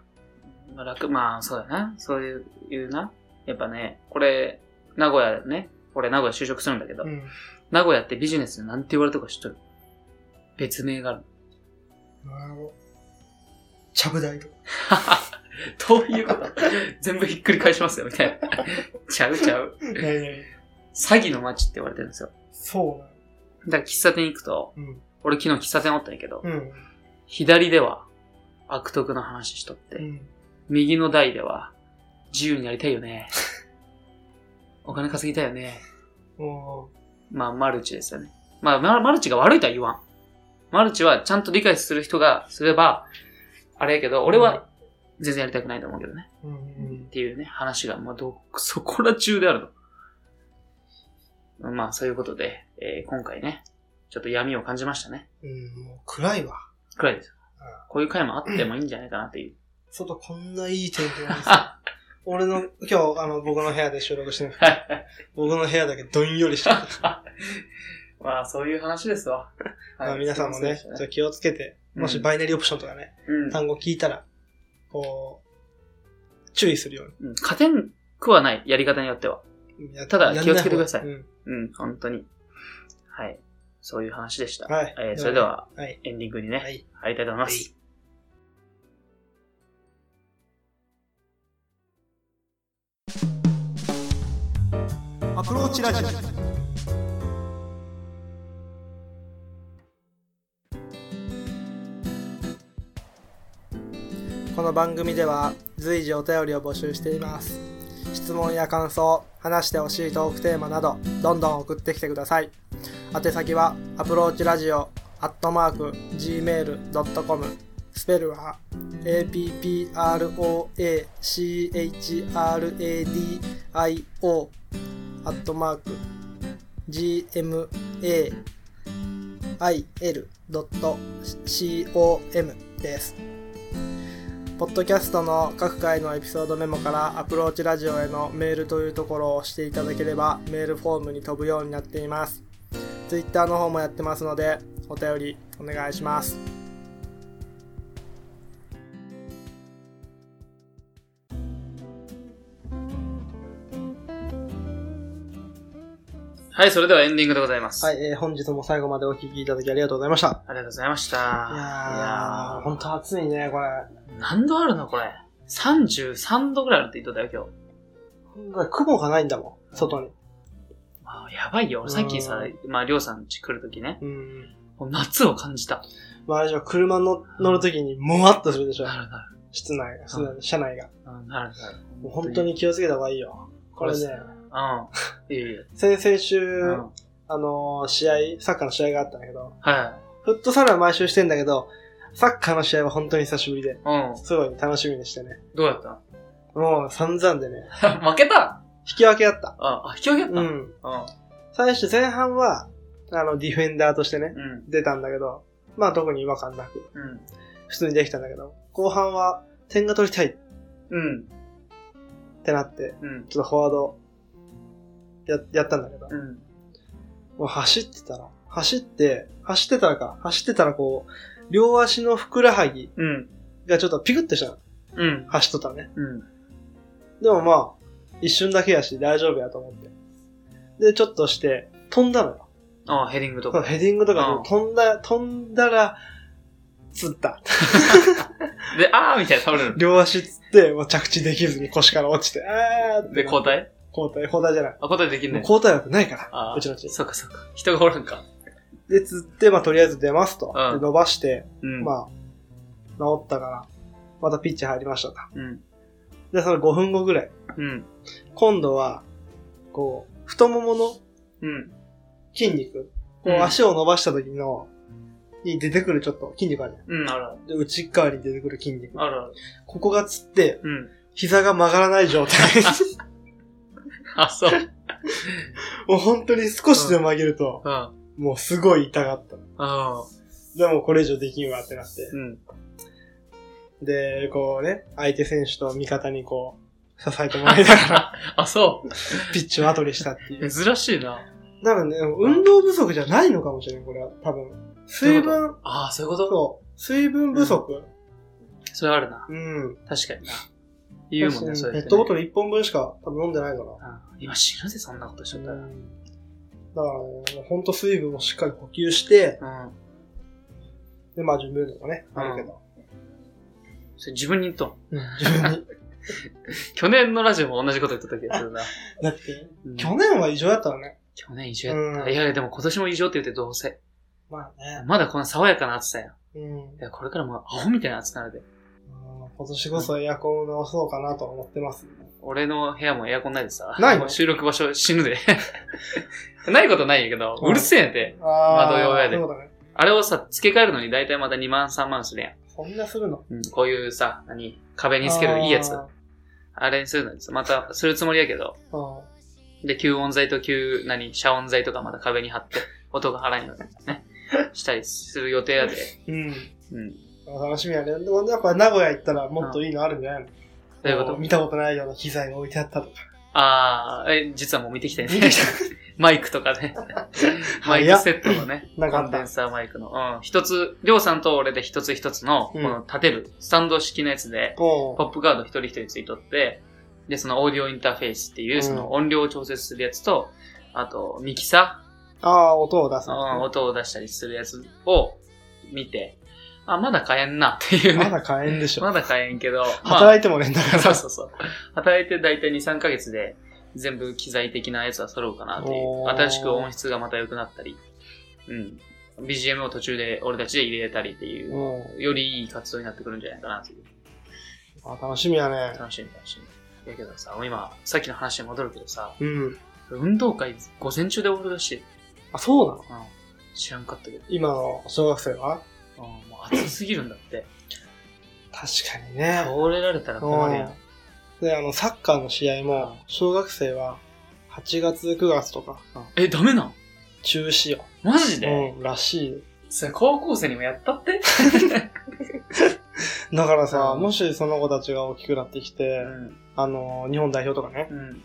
S1: まあ楽、まあそうだな。そういう、いうな。やっぱね、これ、名古屋ね、俺名古屋就職するんだけど、
S2: うん。
S1: 名古屋ってビジネスでなんて言われたか知っとる別名がある。
S2: あの、ちゃぶ台とか。
S1: どういう
S2: (laughs)
S1: こと全部ひっくり返しますよ、みたいな。ちゃうちゃう。
S2: 何々
S1: 詐欺の街って言われてるんですよ。
S2: そうなの。
S1: だから喫茶店行くと、
S2: うん。
S1: 俺昨日喫茶店おったんやけど、
S2: うん。
S1: 左では悪徳の話しとって、
S2: うん。
S1: 右の台では自由になりたいよね。お金稼ぎたいよね。
S2: も
S1: まあ、マルチですよね。まあ、ママルチが悪いとは言わん。マルチはちゃんと理解する人がすれば、あれやけど、俺は全然やりたくないと思うけどね。
S2: う、うん
S1: っ。ていうね、話が、まあ、ど、そこら中であるの。まあ、そういうことで、えー今回ね、ちょっと闇を感じましたね。
S2: うん、もう暗いわ。
S1: 暗いですよ
S2: うん。
S1: こういう回もあってもいいんじゃないかなって
S2: (laughs)
S1: いう。
S2: 外こんないい天気なんで
S1: (laughs)
S2: すよ。
S1: は
S2: 俺の、今日、あの、僕の部屋で収録してる。
S1: い。
S2: 僕の部屋だけどんよりしてる。
S1: まあ、そういう話です
S2: (laughs)
S1: わ。
S2: まあ皆さんもね、ち
S1: そ
S2: ょ
S1: うで
S2: っ
S1: す
S2: と気をつけて、もし
S1: うん
S2: バイナリーオプションとかね、
S1: うん
S2: 単語聞いたら、こう、注意するよう
S1: うん。勝てんくはない、やり方によっては。
S2: に。や
S1: ただ
S2: やんない
S1: 気をつけてください
S2: 方がうん
S1: うん、本当に。はい。そういう話でした。
S2: はい
S1: えーそれでは、
S2: はい。
S1: エンディングにね、
S2: はい
S1: 入りたいと思います。
S2: はい
S3: アプローチラジオ
S2: この番組では随時お便りを募集しています質問や感想話してほしいトークテーマなどどんどん送ってきてください宛先はアプローチラジオアットマーク Gmail.com スペルは APPROACHRADIO アットマーク GMAIL.com ですポッドキャストの各回のエピソードメモからアプローチラジオへのメールというところを押していただければメールフォームに飛ぶようになっています。Twitter の方もやってますのでお便りお願いします。
S1: はい、それではエンディングでございます。
S2: はい、えー本日も最後までお聞きいただきありがとうございました。
S1: ありがとうございました。い
S2: いやー、ほんと暑いね、これ。
S1: 何度あるのこれ。33度ぐらいあるって言っとったよ、
S2: 雲がないんだもん、外に。
S1: 今日。まあ、やばいよ。俺さっきさ、まあ、りょうさん家来るときね、
S2: うん。
S1: もう夏を感じた。
S2: まあ、あれじゃ車の乗るときにもわっとするでしょ、
S1: なるなる。
S2: 室内、室内車内が。
S1: うんなるなる。
S2: もう本当。に気をつけた方がいいよ。これね、
S1: うん。いい
S2: (laughs)
S1: よ。
S2: 先々週、
S1: うん。はい
S2: あのー試合、サッカーの試合があったんだけど、
S1: はい。
S2: フットサルは毎週してんだけど、サッカーの試合は本当に久しぶりで、
S1: うん。
S2: すごい楽しみにしてね。
S1: どうやっ
S2: もう散々でね、
S1: た (laughs) 負けた
S2: 引き分けあった。
S1: あ、あ、引き分けやった。
S2: う
S1: うん。
S2: ん。最初前半は、あの、ディフェンダーとしてね、
S1: うん。
S2: 出たんだけど、まあ特に違和感なく、
S1: うん。
S2: 普通にできたんだけど、後半は点が取りたいっ
S1: うん。
S2: てなって、
S1: うん。
S2: ちょっとフォワード、や、やったんだけど、
S1: うん。
S2: もう走ってたら、走って、走ってたらか、走ってたらこう、両足のふくらはぎ
S1: うん。
S2: がちょっとピクッとしたの。
S1: うん。
S2: 走っとったらね。
S1: うん。
S2: でもまあ、一瞬だけやし大丈夫やと思って。で、ちょっとして、飛んだのよ。
S1: あ、ヘディングと
S2: (laughs) そう
S1: か。
S2: ヘディングと
S1: う
S2: か
S1: ん
S2: で飛んだ、飛んだら、つった。
S1: で、あーみたいな倒れる。
S2: 両足つって、もう着地できずに腰から落ちて、あーって。
S1: で、交代
S2: 交代、交代じゃない。
S1: あ、交代できん
S2: も
S1: ね
S2: う交代枠ないから、
S1: あ
S2: うちのチーム。
S1: そうかそうか。人がおるんか。
S2: で、つって、まあとりあえず出ますと。
S1: うん
S2: で伸ばして、
S1: うん。
S2: まあ、治ったから、またピッチ入りましたと。
S1: うん。
S2: で、その5分後ぐらい、
S1: うん。
S2: 今度は、こう、太ももの
S1: うん。
S2: 筋肉、
S1: う
S2: こうん足を伸ばした時の、に出てくるちょっと筋肉あるじゃ
S1: うん、あるある。
S2: ん。で、内側に出てくる筋肉。
S1: あるある。
S2: ここがつって、 (laughs)
S1: うん。
S2: 膝が曲がらない状態。
S1: あ、そう。うん。
S2: もう本当に少しでも曲げると、
S1: あ
S2: もうすごい痛かった。
S1: あ。
S2: でもこれ以上できんわってなって。
S1: うん。
S2: で、こうね、相手選手と味方にこう、支えてもらいな
S1: (laughs)
S2: がら、
S1: あ、そ
S2: ピッチを後にしたっていう
S1: う。。珍しいな。
S2: だからね、運動不足じゃないのかもしれない、これは。多分。水
S1: どう
S2: 分、
S1: ああ、そういうこと
S2: そう。水分不足。
S1: それあるな。
S2: うん。
S1: 確かにな。言うもんね、それ。
S2: ペットボトル1本分しか多分飲んでないから。
S1: あー今死ぬぜ、そんなことしちゃった
S2: だから
S1: ら。
S2: ね、ほんと水分をしっかり補給して、
S1: うん。
S2: で、まあ準備運動もね、あるけど。
S1: それ自分に言っとん。
S2: 自
S1: (laughs)
S2: 分に。
S1: 去年のラジオも同じこと言ってたけどな。
S2: だって、
S1: うん
S2: 去年は異常だったらね。
S1: 去年異常やった。
S2: うん
S1: いやいや、でも今年も異常って言ってどうせ。
S2: まあね。
S1: まだこの爽やかな暑さやん。い
S2: うん。
S1: や、これからもうアホみたいな暑さなるで。
S2: うん今年こそエアコンを直そうかなと思ってます。
S1: 俺の部屋もエアコンないでさ。
S2: ないの
S1: もう収録場所死ぬで。 (laughs) ないことないんやけど、
S2: うん
S1: うるせえんやて。
S2: あ
S1: 窓用やで
S2: そうだね。
S1: あれをさ、付け替えるのに大体また2万3万するやん。
S2: そんなするの
S1: うん、こういうさ、何壁につけるいいやつ。
S2: あ
S1: あれにするのにさ、またするつもりやけど。
S2: ーうん
S1: で、吸音材と吸、何遮音材とかまた壁に貼って、音が払いのね。したりする予定やで。
S2: うん。
S1: うん。
S2: 楽しみやね。でもやっぱ名古屋行ったらもっといいのあるんじゃないの
S1: ということ
S2: 見たことないような機材が置いてあったとか。
S1: ああ、え、実はもう見てきたよね。マイクとかね。マイ
S2: 早
S1: ク
S2: っ
S1: セットのね。
S2: な
S1: コ
S2: か
S1: ン
S2: っ
S1: デ
S2: た
S1: ン。サーマイクの。うん。一つ、りょうさんと俺で一つ一つの、こ
S2: うん
S1: の立てる、スタンド式のやつで、
S2: お
S1: ポップガード一人一人ついとって、で、そのオーディオインターフェースっていうう、
S2: ん
S1: その音量を調節するやつと、あと、ミキサ
S2: ああ、音を出す
S1: ー、。うん、音を出したりするやつを見て、あ、まだ買えんなっていう
S2: ま
S1: ね。
S2: だ買えんで
S1: (laughs)
S2: しょ。
S1: まだ買えんけど、まあ
S2: 働いてもねえんだか
S1: (laughs) そう
S2: ら。
S1: そうそう。働いて大体2、3ヶ月で全部機材的なやつは揃うかなっていう。
S2: おー
S1: 新しく音質がまた良くなったり。うん。BGM を途中で俺たちで入れたりっていう、
S2: う
S1: よりいい活動になってくるんじゃないかなっていう。
S2: ん。あ楽しみやね。
S1: 楽しみ楽しみ。だけどさ、今、さっきの話に戻るけどさ、
S2: うん。
S1: 運動会午前中で俺らしい。
S2: あ、そうなの
S1: うん。知らんかったけど。
S2: 今の小学生は
S1: うん、もう暑すぎるんだって。
S2: 確かにね
S1: 倒。れられたら困るやん。
S2: うんで、あの、サッカーの試合も、小学生は、8月、9月とか、
S1: うんえ、ダメなん
S2: 中止よ。
S1: マジで、
S2: うん、らしい。
S1: それ高校生にもやったって
S2: だからさ、
S1: うん
S2: もしその子たちが大きくなってき
S1: う
S2: て、
S1: ん。
S2: あの、日本代表とかね、
S1: うん。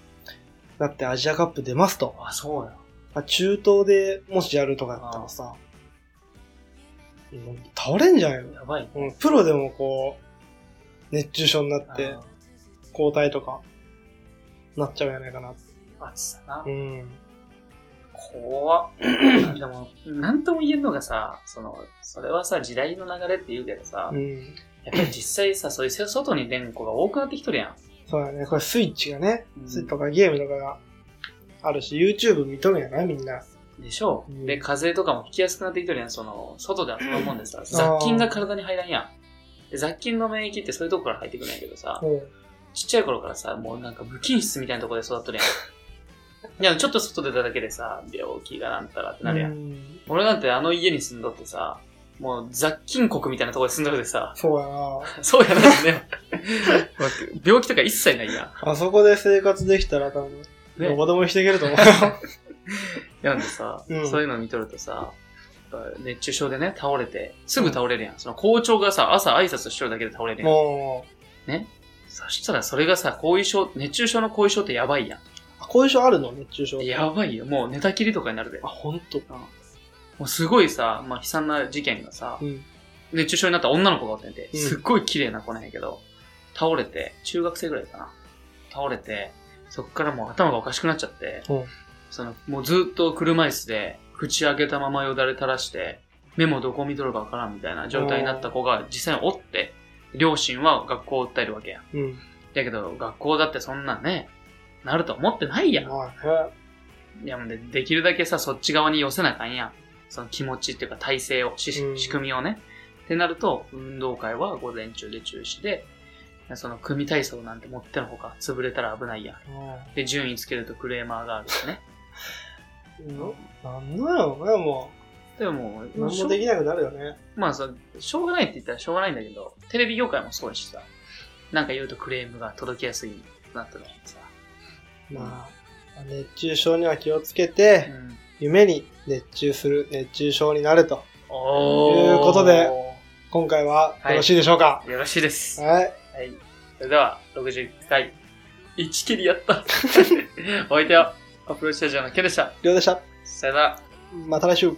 S2: だってアジアカップ出ますと。
S1: あ、そうや。
S2: あ中東でもしやるとかだったらさ、もう倒れんじゃないの
S1: やばい。
S2: うん、プロでもこう、熱中症になって
S1: あ、
S2: 交代とか、なっちゃうんやないかな。
S1: ー暑さな
S2: う。ん。
S1: 怖っ。 (clears throat) でも、なんとも言えんのがさ、その、それはさ、時代の流れって言うけどさ、
S2: うん。
S1: やっぱり実際さ、そういう外に出ん子が多くなってきとるやん。
S2: そうだね。これスイッチがね、
S1: うん
S2: スイッチとかゲームとかがあるし、YouTube 見とるんやな、みんな。
S1: でしょ、
S2: うん
S1: で、風邪とかも引きやすくなってきとるやん。その、外で遊ぶもんでさ、雑菌が体に入らんやん。で雑菌の免疫ってそういうとこから入ってくるんやけどさ、
S2: うん。
S1: ちっちゃい頃からさ、もうなんか無菌室みたいなとこで育っとるやん。いや、ちょっと外出ただけでさ、病気がなんたらってなるやん。
S2: うん
S1: 俺なんてあの家に住んどってさ、もう雑菌国みたいなところに住んどるでさ、 (laughs)
S2: そうやな。 (laughs)
S1: そうやなんね。病気とか一切ないや。
S2: あそこで生活できたら多分、
S1: ね
S2: どこでも生きていけると
S1: (laughs)
S2: 思うよ。
S1: なんでさ、
S2: うん
S1: そういうの見とるとさ、やっぱ熱中症でね、倒れて、すぐ倒れるやん。その校長がさ、朝挨拶してるだけで倒れるやん。
S2: もう、
S1: そしたらそれがさ、後遺症、熱中症の後遺症ってやばいや
S2: あ後遺症あるの熱中症。
S1: ん。やばいよ。もう寝たきりとかになるで
S2: あ、。ほんと。
S1: もうすごいさ、まあ悲惨な事件がさ
S2: う、ん。
S1: 熱中症になった女の子がおってんて、
S2: うん
S1: すっごい綺麗な子なんやけど、倒れて、中学生ぐらいかな。倒れて、そっからもう頭がおかしくなっちゃって、
S2: うん
S1: その、もうずっと車椅子で、口開けたままよだれ垂らして、目もどこ見とるかわからんみたいな状態になった子が実際におって、両親は学校を訴えるわけや。
S2: うん。
S1: だけど、学校だってそんなんね、なると思ってないやん。
S2: まあね。
S1: いや、もうで、できるだけさ、そっち側に寄せなあかんやん。その気持ちっていうか体制を、し
S2: うん
S1: 仕組みをね。ってなると、運動会は午前中で中止で、その組体操なんて持ってのほか潰れたら危ないやん。で、順位つけるとクレーマーがあるし
S2: (laughs)
S1: ね。
S2: うん。なんなんやろうね、も
S1: でも
S2: う。
S1: もう、
S2: 何
S1: しょ
S2: もできなくなるよね。
S1: まあさ、しょうがないって言ったらしょうがないんだけど、テレビ業界もそうやしさ、なんか言うとクレームが届きやすいなってのがさ。
S2: まあ、熱中症には気をつけ
S1: う
S2: て、
S1: ん。
S2: 夢に熱中する、熱中症になると。
S1: おー。
S2: ということで今回はよろしいでしょうか
S1: よろしいです。
S2: は
S1: は
S2: い。
S1: い。それでは、60回、1切りやった。 (laughs) お相手は、アプローチラジオのケでした。
S2: りょうでした。
S1: さよなら。
S2: また来週。